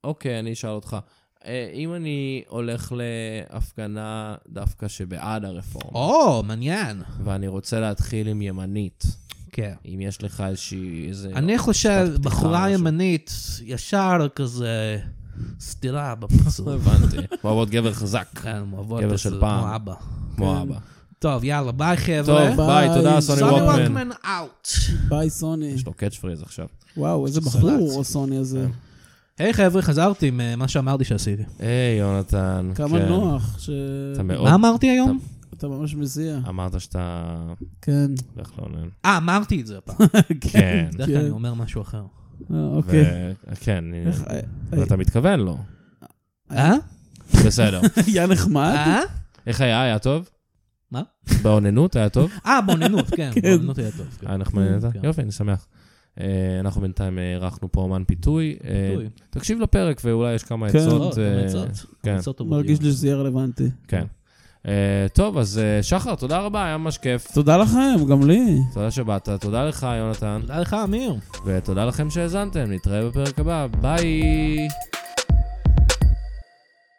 S2: אוקיי, אני אשאל אותך. אה, אם אני הולך להפגנה דווקא שבעד הרפורמה,
S3: או, מעניין.
S2: ואני רוצה להתחיל עם ימנית,
S3: כן.
S2: אם יש לך איזושהי... איזה-
S3: אני חושב,
S2: אה, פתיחה,
S3: בחורה
S2: משהו.
S3: ימנית, ישר כזה סטירה בפרצוף.
S2: לא הבנתי. כמו עוד גבר חזק,
S3: כן, אוהבות
S2: גבר
S3: את
S2: של
S3: זה,
S2: פעם.
S3: כמו אבא.
S2: כמו אבא.
S3: טוב, יאללה, ביי חבר'ה.
S2: טוב, ביי, תודה,
S4: ביי.
S2: סוני
S3: סוני
S2: ווקמן.
S3: ווקמן אאוט.
S4: ביי, סוני.
S2: יש לו קאץ' פריז עכשיו.
S4: וואו, איזה בחור, הסוני הזה.
S3: כן. היי חבר'ה, חזרתי ממה שאמרתי שעשיתי.
S2: היי, יונתן.
S4: כמה
S2: כן.
S4: נוח ש...
S2: אתה מאוד...
S3: מה אמרתי היום?
S4: אתה ממש מזיע.
S2: אמרת שאתה...
S4: כן.
S2: הולך לעונן.
S3: אה, אמרתי את זה הפעם.
S2: כן.
S3: בדרך כלל אני אומר משהו אחר.
S4: אה, אוקיי.
S2: ו- כן, אני-
S4: איך- אה,
S2: ואתה מתכוון לו.
S3: אה?
S2: בסדר.
S4: היה נחמד?
S3: אה?
S2: איך היה? היה טוב?
S3: מה?
S2: באוננות היה טוב?
S3: אה, בוננות, כן, בוננות היה טוב. כן.
S2: היה נחמד, נהנית?
S3: כן.
S2: יופי, אני שמח. אה, אנחנו בינתיים אה, אירחנו פה אומן פיתוי. אה,
S3: פיתוי.
S2: תקשיב לפרק ואולי יש כמה
S4: כן.
S3: לא,
S2: עצות.
S3: אתה
S2: אה,
S3: מעצות?
S2: כן,
S3: מעצות טובות.
S4: מרגיש לי שזה יהיה רלוונטי.
S2: כן. אה, טוב, אז אה, שחר, תודה רבה, היה ממש כיף.
S4: תודה לכם, גם לי.
S2: תודה שבאת, תודה לך, יונתן,
S3: תודה לך, אמיר.
S2: ותודה לכם שהאזנתם, נתראה בפרק הבא, ביי!